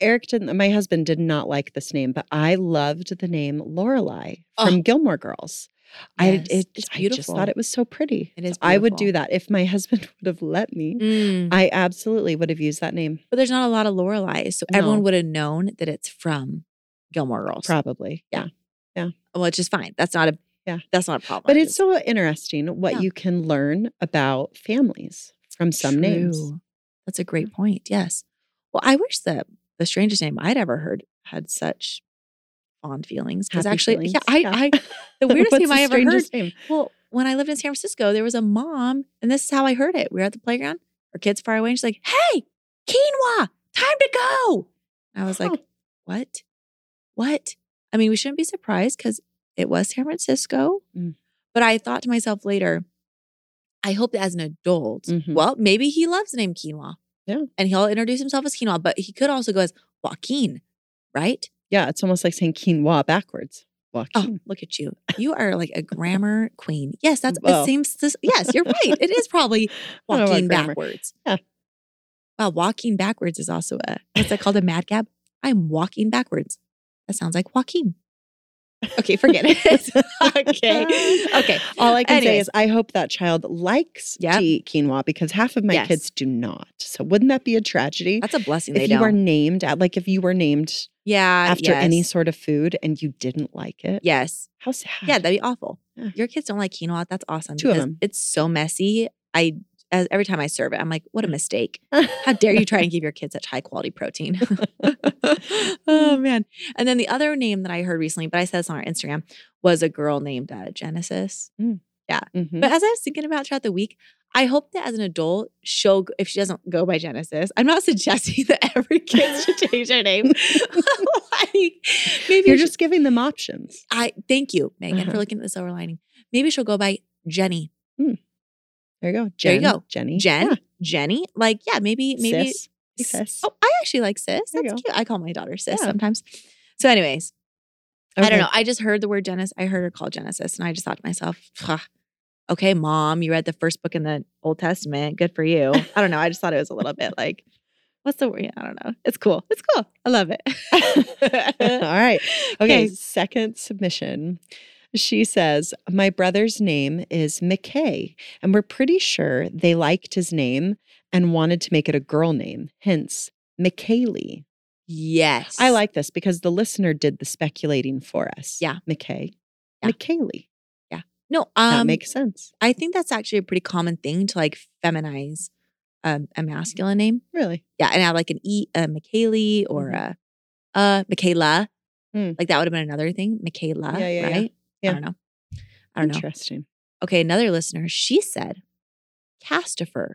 Speaker 2: Eric didn't my husband did not like this name, but I loved the name Lorelei from
Speaker 1: Oh.
Speaker 2: Gilmore Girls.
Speaker 1: Yes,
Speaker 2: I it,
Speaker 1: it's
Speaker 2: I just thought
Speaker 1: beautiful.
Speaker 2: it was so pretty.
Speaker 1: It is
Speaker 2: I would do
Speaker 1: beautiful.
Speaker 2: that if my *laughs* husband would have let me.
Speaker 1: Mm.
Speaker 2: I absolutely would have used that name.
Speaker 1: But there's not a lot of Lorelei, so
Speaker 2: No.
Speaker 1: everyone would have known that it's from Gilmore Girls,
Speaker 2: Probably.
Speaker 1: Yeah. which is fine. That's not a
Speaker 2: Yeah.
Speaker 1: that's not a problem.
Speaker 2: But it's so interesting what
Speaker 1: Yeah.
Speaker 2: you can learn about families from some names.
Speaker 1: True. That's a great point. Yes. Well, I wish that the strangest name I'd ever heard had such fond feelings because
Speaker 2: Happy
Speaker 1: actually, yeah,
Speaker 2: feelings.
Speaker 1: I,
Speaker 2: Yeah.
Speaker 1: I,
Speaker 2: *laughs*
Speaker 1: the weirdest
Speaker 2: What's
Speaker 1: name
Speaker 2: the
Speaker 1: I ever heard.
Speaker 2: strangest name?
Speaker 1: Well, when I lived in San Francisco, there was a mom, and this is how I heard it. We were at the playground, our kids far away, and she's like, "Hey, quinoa, time to go." And I was
Speaker 2: Huh.
Speaker 1: like, "What? What?" I mean, we shouldn't be surprised because it was San Francisco.
Speaker 2: Mm.
Speaker 1: But I thought to myself later, I hope that as an adult,
Speaker 2: Mhm.
Speaker 1: well, maybe he loves the name quinoa.
Speaker 2: Yeah.
Speaker 1: And he'll introduce himself as quinoa, but he could also go as Joaquin, right?
Speaker 2: Yeah, it's almost like saying quinoa backwards.
Speaker 1: Oh,
Speaker 2: *laughs* Joaquin.
Speaker 1: look at you. You are like a grammar queen. Yes, that's
Speaker 2: Well.
Speaker 1: it seems this, yes, you're right. It is probably
Speaker 2: *laughs* I don't know about
Speaker 1: walking
Speaker 2: grammar.
Speaker 1: backwards.
Speaker 2: Yeah.
Speaker 1: Wow, walking backwards is also a what's that called? A madcap? I'm walking backwards. That sounds like Joaquin. Okay, forget it.
Speaker 2: *laughs*
Speaker 1: okay. *laughs* Okay.
Speaker 2: All I can say
Speaker 1: Anyways.
Speaker 2: is I hope that child likes
Speaker 1: Yep.
Speaker 2: to eat quinoa because half of my
Speaker 1: Yes.
Speaker 2: kids do not. So wouldn't that be a tragedy?
Speaker 1: That's a blessing they
Speaker 2: if you
Speaker 1: don't.
Speaker 2: are named at like if you were named
Speaker 1: yeah.
Speaker 2: after any
Speaker 1: yes.
Speaker 2: sort of food and you didn't like it.
Speaker 1: Yes.
Speaker 2: How sad. *laughs*
Speaker 1: *laughs* Yeah, that'd be awful.
Speaker 2: Yeah.
Speaker 1: Your kids don't like quinoa. That's awesome.
Speaker 2: Two of
Speaker 1: because
Speaker 2: them.
Speaker 1: It's so messy. I as, every time I serve it, I'm like,
Speaker 2: Mm.
Speaker 1: what a mistake. How dare you try and give your kids such high quality protein? *laughs* oh man. And then the other name that I heard recently, but I said this on our Instagram, was a girl named uh, Genesis.
Speaker 2: Mhm.
Speaker 1: But as I was thinking about throughout the week, I hope that as an adult, she'll if she doesn't go by Genesis, I'm not *laughs* suggesting that every kid should *laughs* change their name.
Speaker 2: *laughs*
Speaker 1: like maybe
Speaker 2: You're
Speaker 1: she-
Speaker 2: just giving them options.
Speaker 1: I thank you, Megan,
Speaker 2: Uh-huh.
Speaker 1: for looking at the silver lining. Maybe she'll go by Jenny.
Speaker 2: There you go.
Speaker 1: There you
Speaker 2: Jen,
Speaker 1: go.
Speaker 2: Jenny.
Speaker 1: Jen,
Speaker 2: Yeah.
Speaker 1: Jenny. Like, yeah, maybe, maybe.
Speaker 2: Sis. Hey,
Speaker 1: s-
Speaker 2: sis.
Speaker 1: Oh, I actually like sis.
Speaker 2: There you
Speaker 1: That's cute. I call my daughter sis
Speaker 2: Yeah.
Speaker 1: sometimes. So, anyways, I
Speaker 2: Okay.
Speaker 1: don't know. I just heard the word Genesis. I heard her called Genesis, and I just thought to myself, "Pah, okay, mom, you read the first book in the Old Testament. Good for *laughs* you. I don't know. I just thought it was a little bit like, what's the word? I don't know. It's cool. It's cool. I love
Speaker 2: *laughs* All
Speaker 1: it.
Speaker 2: right. Okay,
Speaker 1: Okay.
Speaker 2: second submission. She says, My brother's name is McKay, and we're pretty sure they liked his name and wanted to make it a girl name, hence McKaylee.
Speaker 1: *laughs* Yes.
Speaker 2: I like this because the listener did the speculating for us.
Speaker 1: Yeah.
Speaker 2: McKay.
Speaker 1: Yeah.
Speaker 2: McKaylee.
Speaker 1: No,
Speaker 2: That
Speaker 1: um
Speaker 2: makes sense.
Speaker 1: I think that's actually a pretty common thing to like feminize um, a masculine name.
Speaker 2: Really?
Speaker 1: Yeah, and add like an E, a McKaylee or a uh Michaela.
Speaker 2: Hmm.
Speaker 1: Like that would have been another thing. Michaela,
Speaker 2: Yeah, yeah, yeah.
Speaker 1: right?
Speaker 2: Yeah.
Speaker 1: I don't know. I don't know.
Speaker 2: Interesting.
Speaker 1: Okay, another listener, she said, Castifer.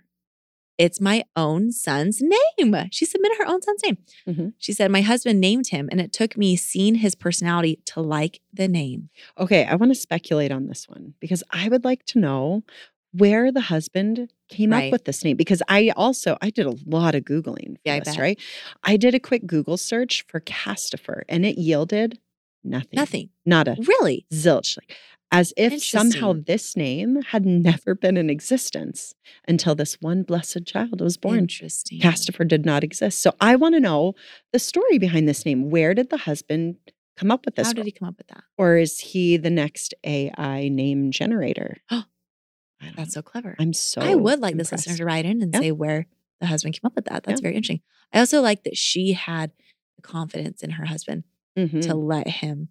Speaker 1: It's my own son's name. She submitted her own son's name.
Speaker 2: Mhm.
Speaker 1: She said, My husband named him, and it took me seeing his personality to like the name.
Speaker 2: Okay, I want to speculate on this one because I would like to know where the husband came
Speaker 1: Right.
Speaker 2: up with this name because I also I did a lot of googling for
Speaker 1: Yeah, I
Speaker 2: this,
Speaker 1: bet.
Speaker 2: right? I did a quick Google search for Castifer and it yielded nothing.
Speaker 1: Nothing.
Speaker 2: Not a
Speaker 1: Really?
Speaker 2: zilch. Like as if somehow
Speaker 1: Interesting.
Speaker 2: this name had never been in existence until this one blessed child was born.
Speaker 1: Interesting.
Speaker 2: Castifer did not exist. So I want to know the story behind this name. Where did the husband come up with this?
Speaker 1: How
Speaker 2: one?
Speaker 1: did he come up with that?
Speaker 2: or is he the next AI
Speaker 1: *gasps*
Speaker 2: name generator? I don't
Speaker 1: That's
Speaker 2: know.
Speaker 1: so clever.
Speaker 2: I'm so.
Speaker 1: I would like this
Speaker 2: impressed.
Speaker 1: listener to write in and
Speaker 2: Yeah.
Speaker 1: say where the husband came up with that. That's
Speaker 2: Yeah.
Speaker 1: very interesting. I also like that she had the confidence in her husband
Speaker 2: Mhm.
Speaker 1: to let him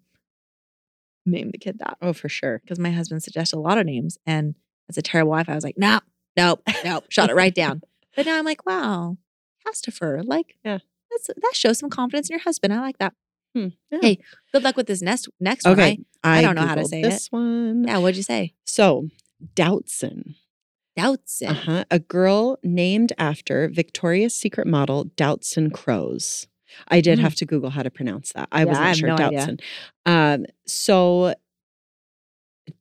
Speaker 1: name the kid that.
Speaker 2: oh, for sure.
Speaker 1: Because my husband suggested a lot of names, and as a terrible wife, I was like, nope, nope, nope, shot it right
Speaker 2: *laughs*
Speaker 1: down. But now I'm like, wow, Castifer, like,
Speaker 2: Yeah.
Speaker 1: that's, that shows some confidence in your husband. I like that.
Speaker 2: Hmm, yeah.
Speaker 1: Hey, good luck with this next next one.
Speaker 2: Okay,
Speaker 1: right? I don't know how to
Speaker 2: Googled
Speaker 1: say it.
Speaker 2: this one.
Speaker 1: Yeah, what'd you say?
Speaker 2: So, Doubtson,
Speaker 1: Doubts it.
Speaker 2: uh-huh, a girl named after Victoria's Secret model Doubtson Crows. I did
Speaker 1: Mm.
Speaker 2: have to Google how to pronounce that. I
Speaker 1: Yeah,
Speaker 2: wasn't
Speaker 1: I have
Speaker 2: sure.
Speaker 1: no idea.
Speaker 2: Doubtson. Um, so,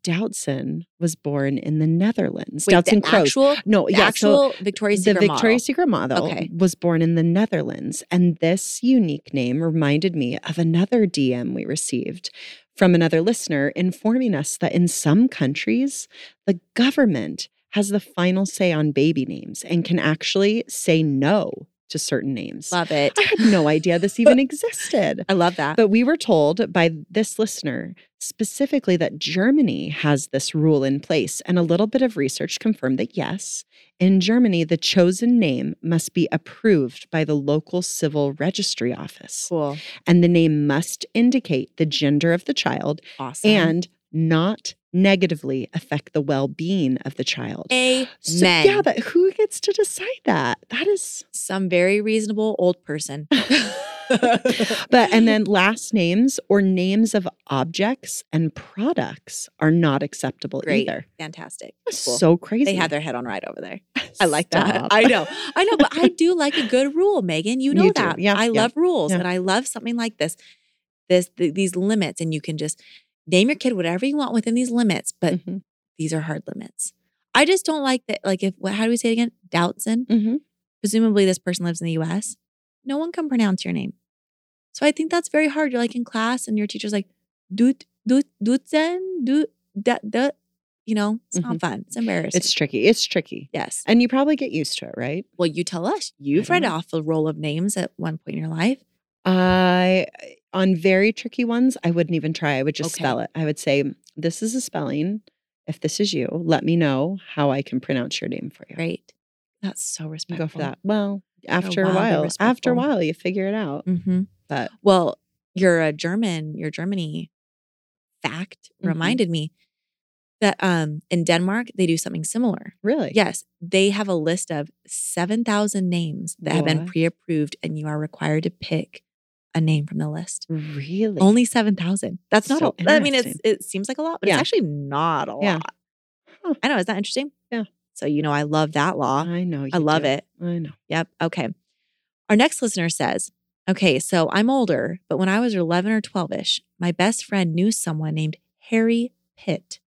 Speaker 2: Doubtson was born in the Netherlands.
Speaker 1: Wait, the
Speaker 2: Doubtson Crows.
Speaker 1: actual,
Speaker 2: No,
Speaker 1: the
Speaker 2: yeah. so-
Speaker 1: actual Victoria's
Speaker 2: the
Speaker 1: Secret
Speaker 2: Victoria's Secret model
Speaker 1: Okay.
Speaker 2: was born in the Netherlands, and this unique name reminded me of another DM we received from another listener informing us that in some countries, the government has the final say on baby names and can actually say no to certain names.
Speaker 1: model. Love it.
Speaker 2: *laughs* I had no idea
Speaker 1: *laughs*
Speaker 2: this even existed.
Speaker 1: I love that.
Speaker 2: But we were told by this listener specifically that Germany has this rule in place. And a little bit of research confirmed that yes, in Germany, the chosen name must be approved by the local civil registry office.
Speaker 1: cool.
Speaker 2: And the name must indicate the gender of the child
Speaker 1: Awesome.
Speaker 2: and not negatively affect the well being of the child.
Speaker 1: amen.
Speaker 2: So, yeah, but who gets to decide that? That is
Speaker 1: Some very reasonable old
Speaker 2: *laughs*
Speaker 1: person. *laughs*
Speaker 2: But and then last names or names of objects and products are not acceptable
Speaker 1: Great.
Speaker 2: either.
Speaker 1: Fantastic.
Speaker 2: That's
Speaker 1: Cool.
Speaker 2: So crazy.
Speaker 1: they had their head on right over there. I like
Speaker 2: Stop.
Speaker 1: that. I know. I know, but I do like a good rule, Megan.
Speaker 2: *laughs*
Speaker 1: You know
Speaker 2: You do.
Speaker 1: that.
Speaker 2: Yeah,
Speaker 1: I
Speaker 2: yeah,
Speaker 1: love rules
Speaker 2: yeah.
Speaker 1: and I love something like this. This th- these limits and you can just name your kid whatever you want within these limits, but
Speaker 2: Mhm,
Speaker 1: these are hard limits. I just don't like that like if what how do we say it again? Doubtson.
Speaker 2: mhm.
Speaker 1: presumably this person lives in the US, no one can pronounce your name. So I think that's very hard. You're like in class and your teacher's like, doot, doot, dootzen, doot, da, da. You know, it's not fun. It's embarrassing.
Speaker 2: Mm-hmm. It's tricky. It's tricky.
Speaker 1: yes.
Speaker 2: And you probably get used to it, right?
Speaker 1: Well, you tell us. You've
Speaker 2: I
Speaker 1: read
Speaker 2: don't
Speaker 1: off a roll of names at one point in your life.
Speaker 2: I on very tricky ones, I wouldn't even try. I would just
Speaker 1: Okay.
Speaker 2: spell it. I would say, This is a spelling. If this is you, let me know how I can pronounce your name for you.
Speaker 1: Great. That's so
Speaker 2: You
Speaker 1: respectful. Oh,
Speaker 2: Go for that. Well, after a
Speaker 1: wow, they're
Speaker 2: while, after a
Speaker 1: respectful.
Speaker 2: while, you figure it out.
Speaker 1: Mm-hmm.
Speaker 2: But
Speaker 1: Well, you're a German, your Germany fact
Speaker 2: Mhm.
Speaker 1: reminded me that um, in Denmark, they do something similar.
Speaker 2: really,
Speaker 1: Yes, they have a list of 7,000 names that have been
Speaker 2: What?
Speaker 1: pre approved, and you are required to pick a name from the list.
Speaker 2: really,
Speaker 1: Only 7,000. That's not
Speaker 2: So
Speaker 1: a I mean, it's,
Speaker 2: interesting.
Speaker 1: it seems like a lot, but
Speaker 2: Yeah.
Speaker 1: it's actually not a
Speaker 2: Yeah.
Speaker 1: lot.
Speaker 2: Huh.
Speaker 1: I know. Is that interesting?
Speaker 2: Yeah.
Speaker 1: So, you know, I love that law.
Speaker 2: I know.
Speaker 1: I
Speaker 2: you
Speaker 1: love
Speaker 2: do.
Speaker 1: it.
Speaker 2: I know.
Speaker 1: Yep. Okay. Our next listener says, okay, so I'm older, but when I was 11 or 12 ish, my best friend knew someone named Harry Pitt.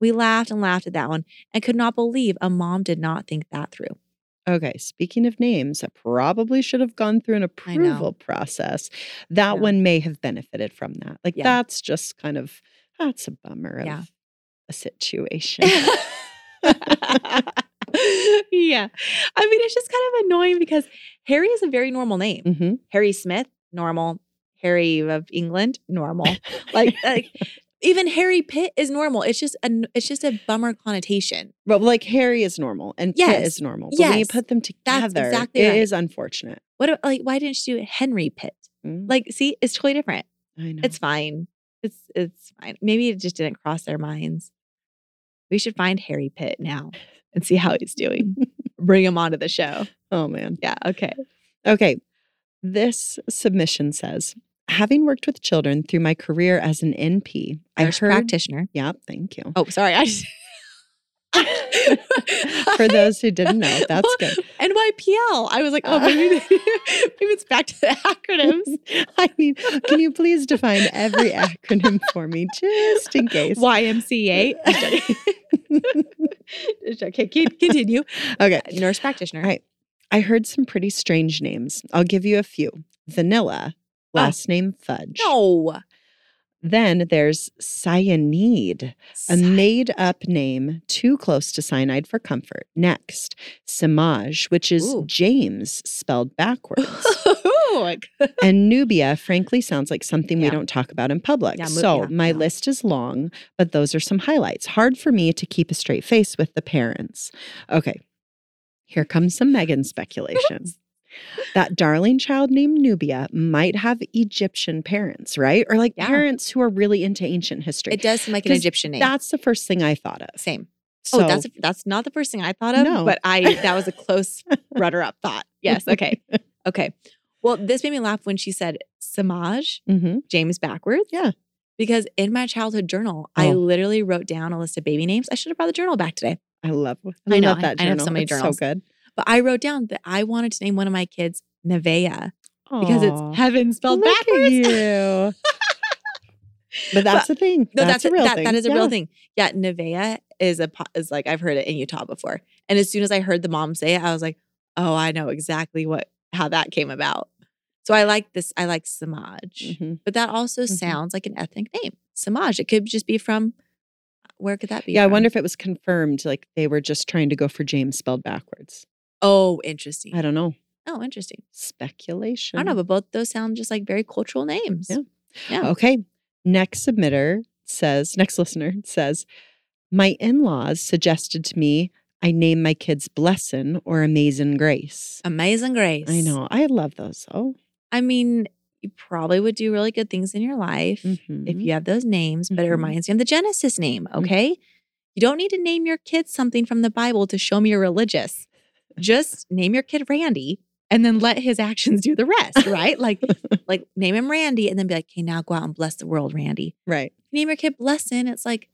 Speaker 1: We laughed and laughed at that one and could not believe a mom did not think that through.
Speaker 2: Okay, speaking of names, that probably should have gone through an
Speaker 1: I know.
Speaker 2: approval process. That
Speaker 1: Yeah.
Speaker 2: one may have benefited from that. Like
Speaker 1: Yeah.
Speaker 2: that's just kind of that's a bummer of
Speaker 1: Yeah. *laughs*
Speaker 2: a situation.
Speaker 1: yeah. I mean, it's just kind of annoying because Harry is a very normal name.
Speaker 2: Mhm. *laughs*
Speaker 1: Harry Smith, normal. Harry of England, normal. Like, like Even Harry Pitt is normal. It's just a it's just a bummer connotation.
Speaker 2: But like Harry is normal and Pitt
Speaker 1: Yes.
Speaker 2: is normal. But when you
Speaker 1: Yes.
Speaker 2: put them together,
Speaker 1: That's exactly
Speaker 2: it
Speaker 1: right.
Speaker 2: is unfortunate.
Speaker 1: What a- like why didn't you do Henry Pitt?
Speaker 2: Mm,
Speaker 1: Like see, it's totally different.
Speaker 2: I know.
Speaker 1: It's fine. It's it's fine. Maybe it just didn't cross their minds. We should find Harry Pitt now and see how he's
Speaker 2: *laughs*
Speaker 1: doing. Bring him onto the show.
Speaker 2: oh man.
Speaker 1: Yeah, okay.
Speaker 2: Okay. This submission says, having worked with children through my career as an NP, I
Speaker 1: Nurse
Speaker 2: heard.
Speaker 1: practitioner.
Speaker 2: Yeah,
Speaker 1: *laughs*
Speaker 2: thank you.
Speaker 1: Oh, sorry. I
Speaker 2: *laughs*
Speaker 1: just
Speaker 2: For those who didn't know, that's good.
Speaker 1: NYPL. I was like, oh, maybe, *laughs* maybe it's back to the *laughs* acronyms.
Speaker 2: *laughs* I mean, can you please define every acronym for me, just in case?
Speaker 1: YMCA. *laughs* Just joking. Just joking. Okay, continue.
Speaker 2: Okay.
Speaker 1: *laughs* Nurse practitioner.
Speaker 2: All right. I heard some pretty strange names. I'll give you a few vanilla, last name fudge.
Speaker 1: Oh. No.
Speaker 2: Then there's cyanide,
Speaker 1: *laughs*
Speaker 2: a made up name too close to cyanide for comfort. Next, Samaj, which is
Speaker 1: Ooh.
Speaker 2: James spelled backwards.
Speaker 1: Ooh, like-
Speaker 2: and Nubia, frankly, sounds like something we
Speaker 1: Yeah.
Speaker 2: don't talk about in public.
Speaker 1: Yeah, mo-
Speaker 2: so
Speaker 1: yeah,
Speaker 2: my
Speaker 1: yeah.
Speaker 2: list is long, but those are some highlights. Hard for me to keep a straight face with the parents. Okay, here comes some
Speaker 1: *laughs*
Speaker 2: Megan speculation. that darling child named Nubia might have Egyptian parents, right? Or like
Speaker 1: Yeah.
Speaker 2: parents who are really into ancient history.
Speaker 1: it does seem like an
Speaker 2: 'Cause
Speaker 1: Egyptian name.
Speaker 2: That's the first thing I thought of.
Speaker 1: Same.
Speaker 2: So,
Speaker 1: oh, that's that's not the first thing I thought of,
Speaker 2: No.
Speaker 1: but *laughs* I that was a close rudder up thought. Yes. *laughs* Okay. Okay. Well, this made me laugh when she said Samaj,
Speaker 2: Mhm.
Speaker 1: James backwards.
Speaker 2: Yeah.
Speaker 1: Because in my childhood journal, I
Speaker 2: Oh.
Speaker 1: literally wrote down a list of baby names. I should have brought the journal back today.
Speaker 2: I love. I,
Speaker 1: I know,
Speaker 2: love
Speaker 1: I-
Speaker 2: that
Speaker 1: I have
Speaker 2: journal.
Speaker 1: so many
Speaker 2: It's
Speaker 1: journals.
Speaker 2: So good
Speaker 1: But I wrote down that I wanted to name one of my kids Nevea because
Speaker 2: Aw.
Speaker 1: it's heaven spelled
Speaker 2: Look
Speaker 1: backwards. *laughs*
Speaker 2: At you. but that's the thing.
Speaker 1: No, that's,
Speaker 2: a real
Speaker 1: that,
Speaker 2: thing.
Speaker 1: that is a
Speaker 2: yeah.
Speaker 1: real thing. Yeah, Nevea is a po- is like I've heard it in Utah before, and as soon as I heard the mom say it, I was like, oh, I know exactly what how that came about. So I like this. I like Samaj,
Speaker 2: Mhm.
Speaker 1: but that also
Speaker 2: Mhm.
Speaker 1: sounds like an ethnic name. Samaj. It could just be from. Where could that be?
Speaker 2: Yeah, I
Speaker 1: from?
Speaker 2: wonder if it was confirmed. Like they were just trying to go for James spelled backwards.
Speaker 1: Oh, interesting.
Speaker 2: I don't know.
Speaker 1: Oh, interesting.
Speaker 2: Speculation.
Speaker 1: I don't know, but both those sound just like very cultural names.
Speaker 2: Yeah.
Speaker 1: yeah.
Speaker 2: Okay. Next submitter says. Next listener says, my in-laws suggested to me I name my kids Blessin or Amazing Grace.
Speaker 1: Amazing Grace.
Speaker 2: I know. I love those. Oh.
Speaker 1: I mean, you probably would do really good things in your life. if
Speaker 2: mhm.
Speaker 1: you have those names, but
Speaker 2: Mhm.
Speaker 1: it reminds me of the Genesis name,
Speaker 2: Mm-hmm.
Speaker 1: okay? You don't need to name your kid something from the Bible to show me you're religious. Just
Speaker 2: *laughs*
Speaker 1: name your kid Randy and then let his *laughs* actions do the rest, right?
Speaker 2: *laughs*
Speaker 1: like like name him Randy and then be like, "Okay, now go out and bless the world, Randy."
Speaker 2: right.
Speaker 1: Name your kid Blessin. It's like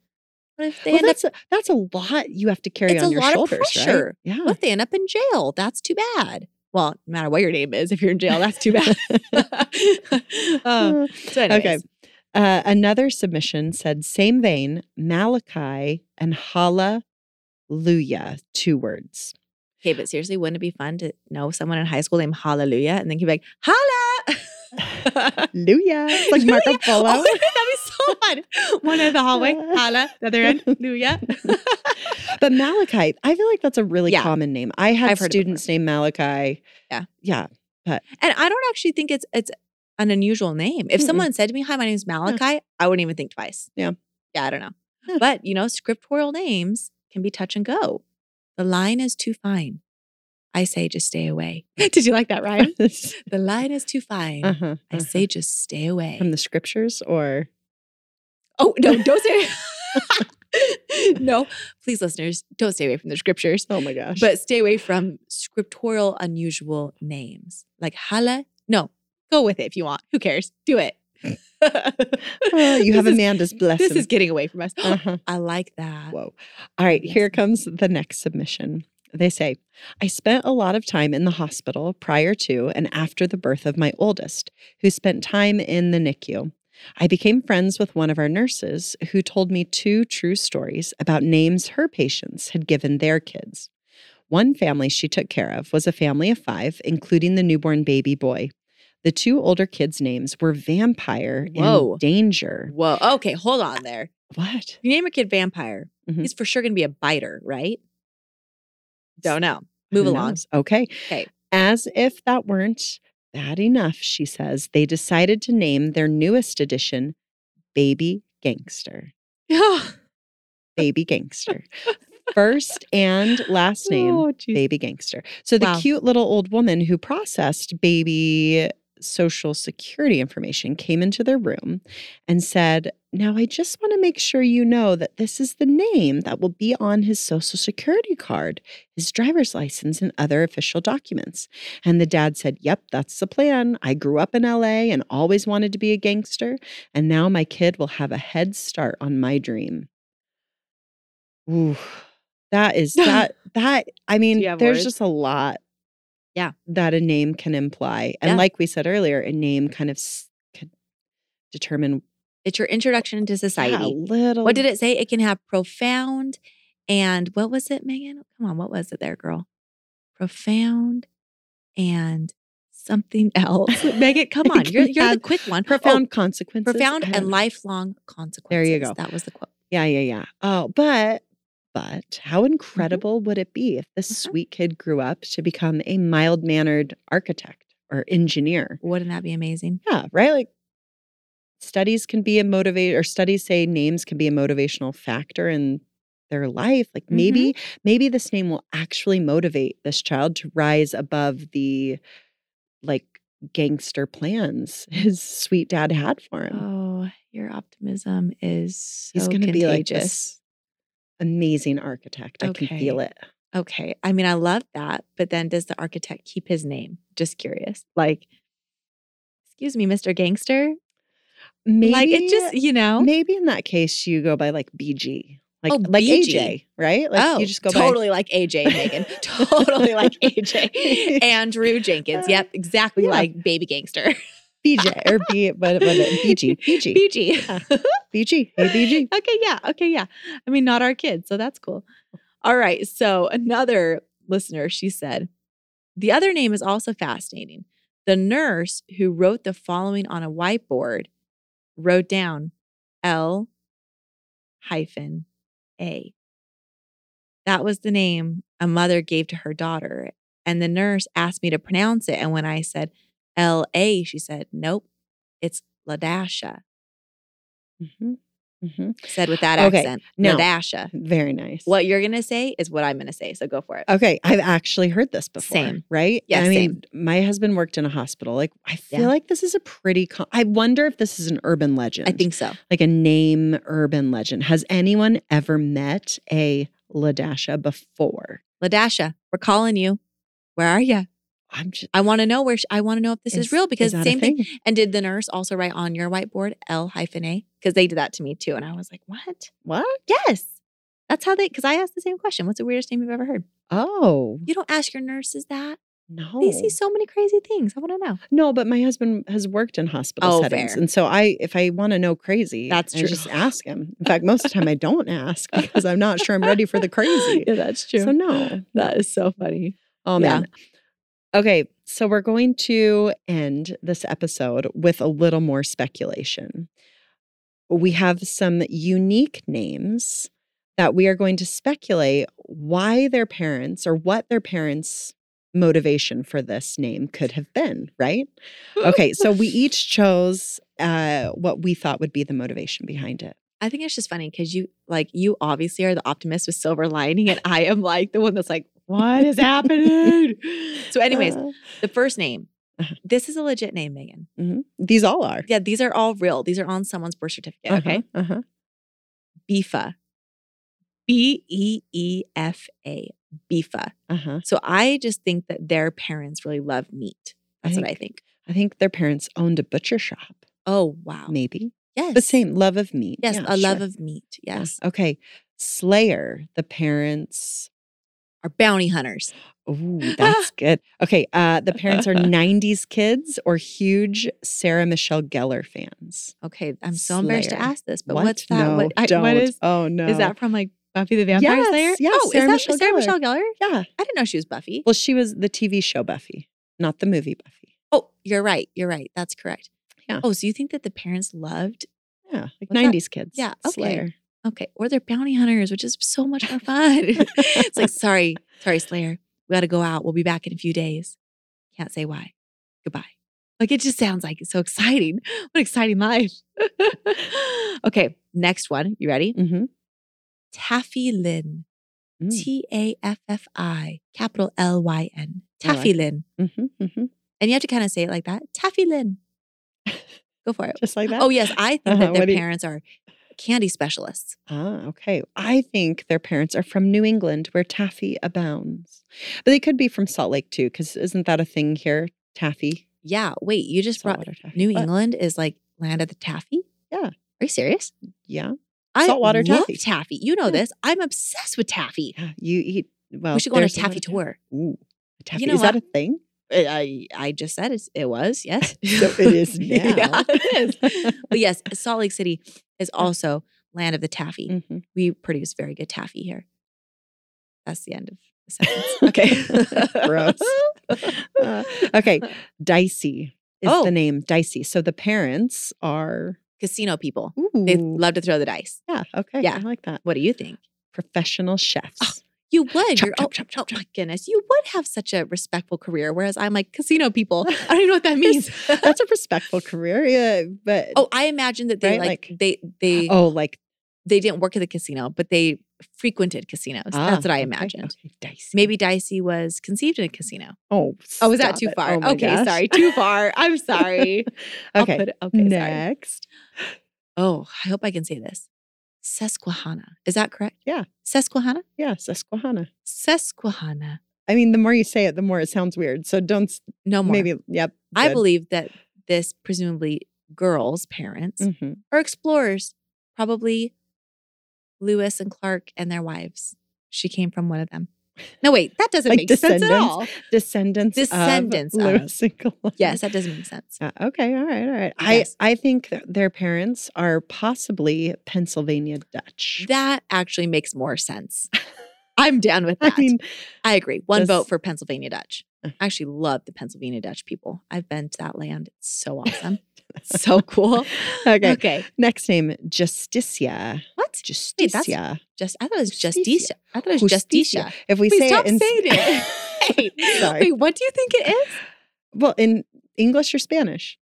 Speaker 1: what if they
Speaker 2: Well,
Speaker 1: end up
Speaker 2: that's a, that's a lot you have to carry
Speaker 1: It's
Speaker 2: on
Speaker 1: a
Speaker 2: your
Speaker 1: lot of
Speaker 2: shoulders, right?
Speaker 1: pressure.
Speaker 2: Yeah.
Speaker 1: what if they end up in jail? That's too bad. Well, no matter what your name is, if you're in jail, that's too bad. *laughs* um,
Speaker 2: Uh,
Speaker 1: so
Speaker 2: Okay.
Speaker 1: anyways,
Speaker 2: Uh, another submission said, same vein, Malachi and Hallelujah, two words.
Speaker 1: Okay, but seriously, wouldn't it be fun to know someone in high school named Hallelujah and then you'd be like, Holla! *laughs*
Speaker 2: Hallelujah. It's like Marco *laughs*
Speaker 1: Hallelujah.
Speaker 2: Polo.
Speaker 1: Oh, *laughs* that'd be so fun. One end of the hallway,
Speaker 2: Yeah.
Speaker 1: Holla, the other end, Luya.
Speaker 2: But Malachi, I feel like that's a really
Speaker 1: Yeah.
Speaker 2: common name. I had
Speaker 1: I've heard it
Speaker 2: students named Malachi.
Speaker 1: Yeah.
Speaker 2: Yeah.
Speaker 1: and I don't actually think it's it's an unusual name. If
Speaker 2: Mm-mm.
Speaker 1: someone said to me, Hi, my name's Malachi, I wouldn't even think twice.
Speaker 2: Yeah.
Speaker 1: Yeah, I don't know.
Speaker 2: Yeah.
Speaker 1: But you know, scriptural names can be touch and go. The line is too fine. I say just stay away. *laughs* Did you like that
Speaker 2: *laughs*
Speaker 1: rhyme?
Speaker 2: uh-huh,
Speaker 1: the line is too fine.
Speaker 2: uh-huh.
Speaker 1: I say just stay away.
Speaker 2: from the scriptures or
Speaker 1: Oh no, don't stay. *laughs* no, please, listeners, don't stay away from the scriptures,
Speaker 2: oh my gosh. *laughs*
Speaker 1: but stay away from scriptural unusual names like Hala. No, go with it if you want. Who cares? Do
Speaker 2: *laughs*
Speaker 1: it.
Speaker 2: Oh, you
Speaker 1: *laughs*
Speaker 2: have
Speaker 1: this is-
Speaker 2: Amanda's blessing.
Speaker 1: This is getting away from us.
Speaker 2: uh-huh.
Speaker 1: *gasps* I like that.
Speaker 2: Whoa. All right,
Speaker 1: Uh, Yes.
Speaker 2: here comes the next submission. They say, I spent a lot of time in the hospital prior to and after the birth of my oldest, who spent time in the NICU. I became friends with one of our nurses who told me two true stories about names her patients had given their kids. One family she took care of was a family of five, including the newborn baby boy. The two older kids' names were Vampire
Speaker 1: Whoa.
Speaker 2: and Danger.
Speaker 1: Whoa. Okay, hold on there.
Speaker 2: What?
Speaker 1: You name your kid Vampire.
Speaker 2: Mhm.
Speaker 1: He's for sure going to be a biter, right? Don't
Speaker 2: *sighs*
Speaker 1: know. Move
Speaker 2: Who
Speaker 1: along.
Speaker 2: knows? Okay.
Speaker 1: Okay.
Speaker 2: As if that weren't bad enough, she says, they decided to name their newest edition Baby Gangster.
Speaker 1: oh, *laughs*
Speaker 2: Baby Gangster. First and last name.
Speaker 1: geez.
Speaker 2: baby gangster. So the
Speaker 1: Oh, Wow.
Speaker 2: cute little old woman who processed baby social security information came into their room and said, Now I just want to make sure you know that this is the name that will be on his social security card, his driver's license, and other official documents. And the dad said, Yep, that's the plan. I grew up in LA and always wanted to be a gangster. And now my kid will have a head start on my dream. Ooh,
Speaker 1: *laughs*
Speaker 2: that is that that I mean,
Speaker 1: you have
Speaker 2: there's
Speaker 1: words?
Speaker 2: just a lot.
Speaker 1: Yeah.
Speaker 2: That a name can imply. And
Speaker 1: Yeah.
Speaker 2: like we said earlier, a name kind of s- could determine
Speaker 1: It's your introduction into
Speaker 2: yeah, a
Speaker 1: society.
Speaker 2: little
Speaker 1: *laughs* What did it say? It can have profound and what was it, Megan? Come on, what was it there, girl? Profound and something *laughs* else.
Speaker 2: *laughs*
Speaker 1: Megan, come on. You're, you're the
Speaker 2: Had
Speaker 1: quick one. Oh,
Speaker 2: profound consequences.
Speaker 1: profound
Speaker 2: I
Speaker 1: and
Speaker 2: don't-
Speaker 1: lifelong consequences.
Speaker 2: go.
Speaker 1: That was the quote.
Speaker 2: Yeah, yeah, yeah. Oh, but but how incredible would it be if this
Speaker 1: Mhm.
Speaker 2: sweet kid grew up to become a mild-mannered architect or engineer?
Speaker 1: Wouldn't that be amazing?
Speaker 2: Yeah, right? Like studies can be a motivator or studies say names can be a motivational factor in their life. Like maybe maybe this name will actually motivate this child to rise above the like gangster plans *laughs* his sweet dad had for him.
Speaker 1: Oh, your optimism is so
Speaker 2: He's going to
Speaker 1: contagious.
Speaker 2: be like this amazing architect. I can feel
Speaker 1: Okay.
Speaker 2: it.
Speaker 1: Okay. I mean, I love that, but then does the architect keep his name? Just curious. Like, excuse me, Mr. Gangster.
Speaker 2: Maybe
Speaker 1: like, it just, you know.
Speaker 2: maybe in that case you go by like BG. Like
Speaker 1: Oh,
Speaker 2: like
Speaker 1: BG.
Speaker 2: AJ, right? Like
Speaker 1: oh,
Speaker 2: you just go by
Speaker 1: totally like AJ
Speaker 2: *laughs*
Speaker 1: Megan, *laughs* totally like AJ Andrew Jenkins. Yep, exactly
Speaker 2: Yeah.
Speaker 1: like Baby Gangster. *laughs*
Speaker 2: BJ or B but, but BG, BG.
Speaker 1: BG.
Speaker 2: BG. Hey,
Speaker 1: *laughs*
Speaker 2: BG.
Speaker 1: okay, yeah. Okay, yeah. I mean, not our kids, so that's cool. All right. So another listener, she said, the other name is also fascinating. The nurse who wrote the following on a whiteboard wrote down L hyphen A. That was the name a mother gave to her daughter. And the nurse asked me to pronounce it. And when I said L A, she said, nope, it's Ladasha.
Speaker 2: Mhm. Mhm.
Speaker 1: Said with that
Speaker 2: Okay,
Speaker 1: accent.
Speaker 2: now-
Speaker 1: Ladasha.
Speaker 2: Very nice.
Speaker 1: What you're gonna say is what I'm gonna say. So go for it.
Speaker 2: Okay, I've actually heard this before.
Speaker 1: Same.
Speaker 2: right?
Speaker 1: Yeah,
Speaker 2: I mean, my husband worked in a hospital. Like, I feel
Speaker 1: Yeah.
Speaker 2: like this is a pretty. Com- I wonder if this is an urban legend.
Speaker 1: I think so.
Speaker 2: like a name urban legend. Has anyone ever met a Ladasha before?
Speaker 1: Ladasha, we're calling you. Where are you?
Speaker 2: I'm just.
Speaker 1: I want to know where. She, I want to know if this is, real because
Speaker 2: that a
Speaker 1: same thing. And did the nurse also write on your whiteboard L hyphen A? Because they did that to me too, and I was like, what?
Speaker 2: What?
Speaker 1: Yes, that's how they. Because I asked the same question. What's the weirdest name you've ever heard?
Speaker 2: Oh
Speaker 1: You don't ask your nurses that.
Speaker 2: no!
Speaker 1: They see so many crazy things. I want to know.
Speaker 2: No, but my husband has worked in hospital
Speaker 1: Oh,
Speaker 2: settings,
Speaker 1: fair.
Speaker 2: and so I, if I want to know crazy,
Speaker 1: That's
Speaker 2: I
Speaker 1: true.
Speaker 2: Just ask him. In fact, most of the time I
Speaker 1: *laughs*
Speaker 2: don't ask because I'm not sure I'm ready for the crazy.
Speaker 1: *laughs* yeah, that's true.
Speaker 2: So no,
Speaker 1: that is so funny.
Speaker 2: Oh
Speaker 1: Yeah.
Speaker 2: man. Okay, so we're going to end this episode with a little more speculation. We have some unique names that we are going to speculate why their parents or what their parents motivation for this name could have been, right?
Speaker 1: *laughs*
Speaker 2: Okay, so we each chose uh what we thought would be the motivation behind it.
Speaker 1: I think it's just funny because you like you obviously are the optimist with silver lining, and I am like the one that's like, what is
Speaker 2: *laughs*
Speaker 1: happening? so, anyways,
Speaker 2: Uh,
Speaker 1: the first name.
Speaker 2: Uh-huh.
Speaker 1: This is a legit name, Megan.
Speaker 2: these all are.
Speaker 1: Yeah, these are all real. These are on someone's birth certificate. Okay.
Speaker 2: Uh-huh.
Speaker 1: Beefa. B E E F A. Beefa.
Speaker 2: Uh-huh.
Speaker 1: So I just think that their parents really love meat. That's what I think.
Speaker 2: I think their parents owned a butcher shop.
Speaker 1: Oh wow.
Speaker 2: maybe
Speaker 1: Yes.
Speaker 2: the same love of meat.
Speaker 1: Yes,
Speaker 2: Yeah,
Speaker 1: a love
Speaker 2: sure.
Speaker 1: of meat.
Speaker 2: Yeah.
Speaker 1: Yes.
Speaker 2: Okay. Slayer, the parents.
Speaker 1: Our bounty hunters.
Speaker 2: Ooh,
Speaker 1: *laughs*
Speaker 2: that's good. Okay. Uh, the parents are 90s kids or huge Sarah Michelle Gellar fans.
Speaker 1: Okay. I'm so embarrassed to
Speaker 2: Slayer.
Speaker 1: ask this, but
Speaker 2: What?
Speaker 1: what's that?
Speaker 2: No,
Speaker 1: what, I-
Speaker 2: don't.
Speaker 1: what is
Speaker 2: oh, no.
Speaker 1: is that from like Buffy the Vampire
Speaker 2: Yes,
Speaker 1: Slayer?
Speaker 2: yes,
Speaker 1: oh,
Speaker 2: Sarah
Speaker 1: is that
Speaker 2: Michelle
Speaker 1: Sarah
Speaker 2: Gellar.
Speaker 1: Michelle Gellar?
Speaker 2: Yeah.
Speaker 1: I didn't know she was Buffy.
Speaker 2: Well, she was the TV show Buffy, not the movie Buffy.
Speaker 1: Oh, you're right. You're right. That's correct.
Speaker 2: Yeah.
Speaker 1: Oh, so you think that the parents loved?
Speaker 2: Yeah. Like
Speaker 1: What's that?
Speaker 2: 90s kids.
Speaker 1: Yeah, okay.
Speaker 2: Slayer.
Speaker 1: Okay. Or they're bounty hunters, which is so much more fun. *laughs* it's like, sorry, sorry, Slayer. We got to go out. We'll be back in a few days. Can't say why. Goodbye. Like it just sounds like it's so exciting. What exciting life. *laughs* okay, next one. You ready?
Speaker 2: Mm-hmm.
Speaker 1: Taffy Lynn.
Speaker 2: Mm.
Speaker 1: T A F F I, capital L Y N.
Speaker 2: I like
Speaker 1: Taffy Lynn.
Speaker 2: hmm hmm
Speaker 1: And you have to kind of say it like that. Taffy Lynn. *laughs* Go for it.
Speaker 2: Just like that.
Speaker 1: Oh, yes. I think
Speaker 2: Uh-huh,
Speaker 1: that
Speaker 2: what
Speaker 1: their
Speaker 2: do you-
Speaker 1: parents are candy specialists.
Speaker 2: Ah, okay. I think their parents are from New England where taffy abounds. But they could be from Salt Lake too, because isn't that a thing here? Taffy.
Speaker 1: Yeah. Wait, you just brought
Speaker 2: saltwater taffy.
Speaker 1: New
Speaker 2: But,
Speaker 1: England is like land of the taffy?
Speaker 2: Yeah.
Speaker 1: Are you serious?
Speaker 2: Yeah.
Speaker 1: I
Speaker 2: Saltwater
Speaker 1: love
Speaker 2: taffy.
Speaker 1: taffy. You know
Speaker 2: Yeah.
Speaker 1: this. I'm obsessed with taffy.
Speaker 2: Yeah. You eat well.
Speaker 1: we should go on a
Speaker 2: there's lot
Speaker 1: taffy
Speaker 2: of ta-
Speaker 1: tour.
Speaker 2: Ooh. A taffy.
Speaker 1: know
Speaker 2: Is that a
Speaker 1: what?
Speaker 2: thing?
Speaker 1: I, I I just said it's, it was, yes.
Speaker 2: *laughs* So it is now.
Speaker 1: *laughs*
Speaker 2: *laughs*
Speaker 1: yeah, it is. But yes, Salt Lake City is also land of the taffy. *laughs*
Speaker 2: Mhm.
Speaker 1: We produce very good taffy here. That's the end of the sentence. Okay.
Speaker 2: *laughs* Gross. Uh, okay. Dicey is
Speaker 1: Oh.
Speaker 2: the name. Dicey. So the parents are.
Speaker 1: Casino people.
Speaker 2: Ooh.
Speaker 1: They love to throw the dice.
Speaker 2: yeah. Okay.
Speaker 1: Yeah. Ah.
Speaker 2: I like that.
Speaker 1: What do you think?
Speaker 2: Professional chefs.
Speaker 1: You would.
Speaker 2: Chop,
Speaker 1: You're,
Speaker 2: chop,
Speaker 1: oh, My goodness. You would have such a respectful career, whereas I'm like, casino people. I don't even know what that means. *laughs*
Speaker 2: That's a respectful career. Yeah. But
Speaker 1: oh, I imagine that they
Speaker 2: Right,
Speaker 1: like,
Speaker 2: like-
Speaker 1: they they
Speaker 2: *gasps* Oh, like
Speaker 1: they didn't work at the casino, but they frequented casinos.
Speaker 2: ah,
Speaker 1: That's what I
Speaker 2: okay,
Speaker 1: imagined.
Speaker 2: okay, dicey.
Speaker 1: Maybe Dicey was conceived in a casino.
Speaker 2: Oh,
Speaker 1: Oh, was that
Speaker 2: stop
Speaker 1: too
Speaker 2: it.
Speaker 1: far?
Speaker 2: Oh my
Speaker 1: okay, *laughs*
Speaker 2: gosh.
Speaker 1: sorry, too far. I'm sorry. *laughs* I'll
Speaker 2: okay.
Speaker 1: put it- okay, sorry.
Speaker 2: Next.
Speaker 1: Oh, I hope I can say this. Susquehanna. Is that correct?
Speaker 2: Yeah.
Speaker 1: Susquehanna?
Speaker 2: Yeah, Susquehanna.
Speaker 1: Susquehanna.
Speaker 2: I mean, the more you say it, the more it sounds weird. So don't s-
Speaker 1: No more.
Speaker 2: maybe. Yep.
Speaker 1: I
Speaker 2: good.
Speaker 1: believe that this presumably girls' parents
Speaker 2: Mhm.
Speaker 1: are explorers, probably Lewis and Clark and their wives. She came from one of them. No, wait, that doesn't
Speaker 2: Like
Speaker 1: make sense at
Speaker 2: descendants?
Speaker 1: all.
Speaker 2: Descendants.
Speaker 1: Descendants
Speaker 2: Of
Speaker 1: of.
Speaker 2: Lewis and Clark.
Speaker 1: Yes, that doesn't make sense.
Speaker 2: Uh, okay. All right. All right.
Speaker 1: Yes.
Speaker 2: I I think th- their parents are possibly Pennsylvania Dutch.
Speaker 1: That actually makes more sense. I'm down with that.
Speaker 2: *laughs* I mean,
Speaker 1: I agree. One
Speaker 2: This-
Speaker 1: vote for Pennsylvania Dutch.
Speaker 2: Uh.
Speaker 1: I actually love the Pennsylvania Dutch people. I've been to that land. It's
Speaker 2: *laughs*
Speaker 1: so awesome. so cool.
Speaker 2: okay.
Speaker 1: Okay.
Speaker 2: Next name, Justicia.
Speaker 1: What? Wait, that's-
Speaker 2: Justicia.
Speaker 1: Just I thought it was
Speaker 2: Justicia.
Speaker 1: Justicia. I thought it was
Speaker 2: Justicia.
Speaker 1: Justicia.
Speaker 2: If we
Speaker 1: Wait,
Speaker 2: say
Speaker 1: stop
Speaker 2: it in,
Speaker 1: saying it. Wait, *laughs*
Speaker 2: Sorry.
Speaker 1: wait, what do you think it is?
Speaker 2: *laughs* well, in English or Spanish?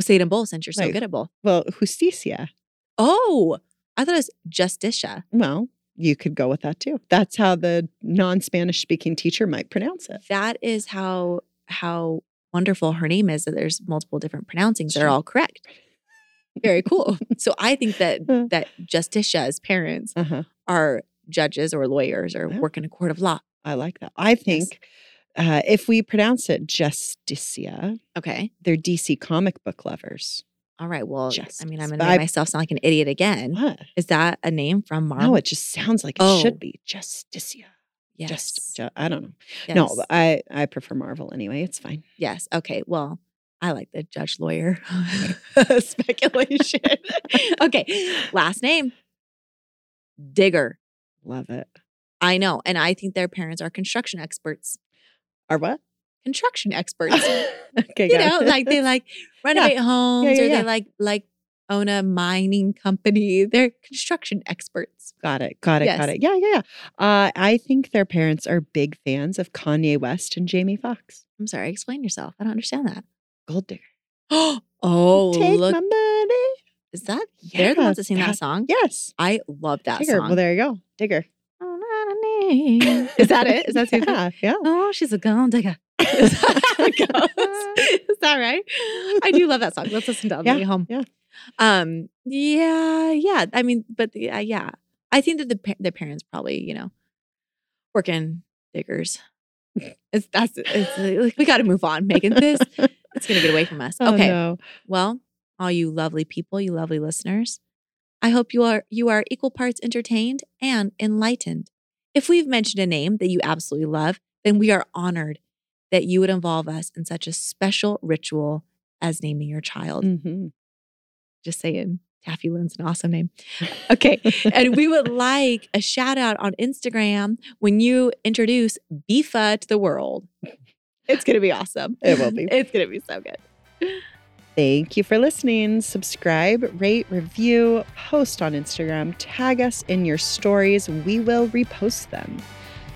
Speaker 1: Say it in both since you're so
Speaker 2: Right.
Speaker 1: good at both.
Speaker 2: Well, justicia.
Speaker 1: Oh, I thought it was Justicia.
Speaker 2: Well, you could go with that too. That's how the non-Spanish speaking teacher might pronounce it.
Speaker 1: That is how how wonderful her name is that there's multiple different pronouncings that
Speaker 2: Sure.
Speaker 1: are all correct. Very cool. *laughs* so I think that
Speaker 2: *laughs* Uh.
Speaker 1: that Justicia's parents
Speaker 2: Uh-huh.
Speaker 1: are judges or lawyers or
Speaker 2: Wow.
Speaker 1: work in a court of law.
Speaker 2: I like that. I think uh, if we pronounce it justicia,
Speaker 1: Okay.
Speaker 2: they're DC comic book lovers.
Speaker 1: All right. Well, I mean,
Speaker 2: Justice.
Speaker 1: I'm going
Speaker 2: But
Speaker 1: to
Speaker 2: I-
Speaker 1: make myself sound like an idiot again.
Speaker 2: What?
Speaker 1: Is that a name from Marvel?
Speaker 2: No, it just sounds like it should
Speaker 1: Oh.
Speaker 2: be justicia.
Speaker 1: yes.
Speaker 2: Just, ju- I don't know.
Speaker 1: yes.
Speaker 2: No, but I I prefer Marvel anyway. It's fine. *laughs*
Speaker 1: Yes. Okay. Well, I like the judge lawyer
Speaker 2: Mm-hmm.
Speaker 1: speculation. *laughs* okay. Last name Digger.
Speaker 2: Love it.
Speaker 1: I know. And I think their parents are construction experts.
Speaker 2: Or what? *laughs*
Speaker 1: Construction experts.
Speaker 2: okay,
Speaker 1: you
Speaker 2: got
Speaker 1: know,
Speaker 2: it.
Speaker 1: like they
Speaker 2: *laughs*
Speaker 1: like renovate homes
Speaker 2: yeah,
Speaker 1: or
Speaker 2: yeah.
Speaker 1: they like, like, own a mining company. They're construction experts.
Speaker 2: Got it. Got it.
Speaker 1: Yes.
Speaker 2: Got it. Yeah, yeah, yeah. Uh, I think their parents are big fans of Kanye West and Jamie Foxx.
Speaker 1: I'm sorry, explain yourself. I don't understand that. *gasps*
Speaker 2: Gold digger.
Speaker 1: oh,
Speaker 2: Take
Speaker 1: look.
Speaker 2: my money.
Speaker 1: is that? they're the
Speaker 2: Yeah,
Speaker 1: ones that sing that,
Speaker 2: that-
Speaker 1: song?
Speaker 2: *laughs* Yes.
Speaker 1: I love that
Speaker 2: digger.
Speaker 1: song.
Speaker 2: Well, there you go. Digger.
Speaker 1: Oh, na, na,
Speaker 2: *laughs*
Speaker 1: na. *laughs* is that it? Is that *laughs* yeah.
Speaker 2: yeah, yeah.
Speaker 1: Oh, she's a gold
Speaker 2: *laughs*
Speaker 1: digger. *laughs* Is that how it goes? Is that right? I do love that song. Let's listen to it on the
Speaker 2: Yeah,
Speaker 1: way home.
Speaker 2: yeah.
Speaker 1: Um, yeah, yeah. I mean, but the- uh, yeah, I think that the, pa- the parents probably, you know, working
Speaker 2: *laughs*
Speaker 1: diggers. It's that's it's like, we got to move on, Megan. This it's gonna get away from us.
Speaker 2: Oh,
Speaker 1: okay.
Speaker 2: no.
Speaker 1: Well, all you lovely people, you lovely listeners, I hope you are you are equal parts entertained and enlightened. If we've mentioned a name that you absolutely love, then we are honored that you would involve us in such a special ritual as naming your child.
Speaker 2: Mhm.
Speaker 1: Just saying, Taffy Lynn's an awesome name. Okay. and we would like a shout out on Instagram when you introduce Bifa to the world. It's going to be awesome.
Speaker 2: It will be.
Speaker 1: *laughs* It's going to be so good.
Speaker 2: Thank you for listening. Subscribe, rate, review, post on Instagram, tag us in your stories. We will repost them.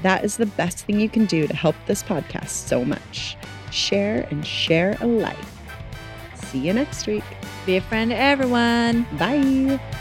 Speaker 2: That is the best thing you can do to help this podcast so much. Share and share alike. see you next week.
Speaker 1: Be a friend to everyone.
Speaker 2: Bye.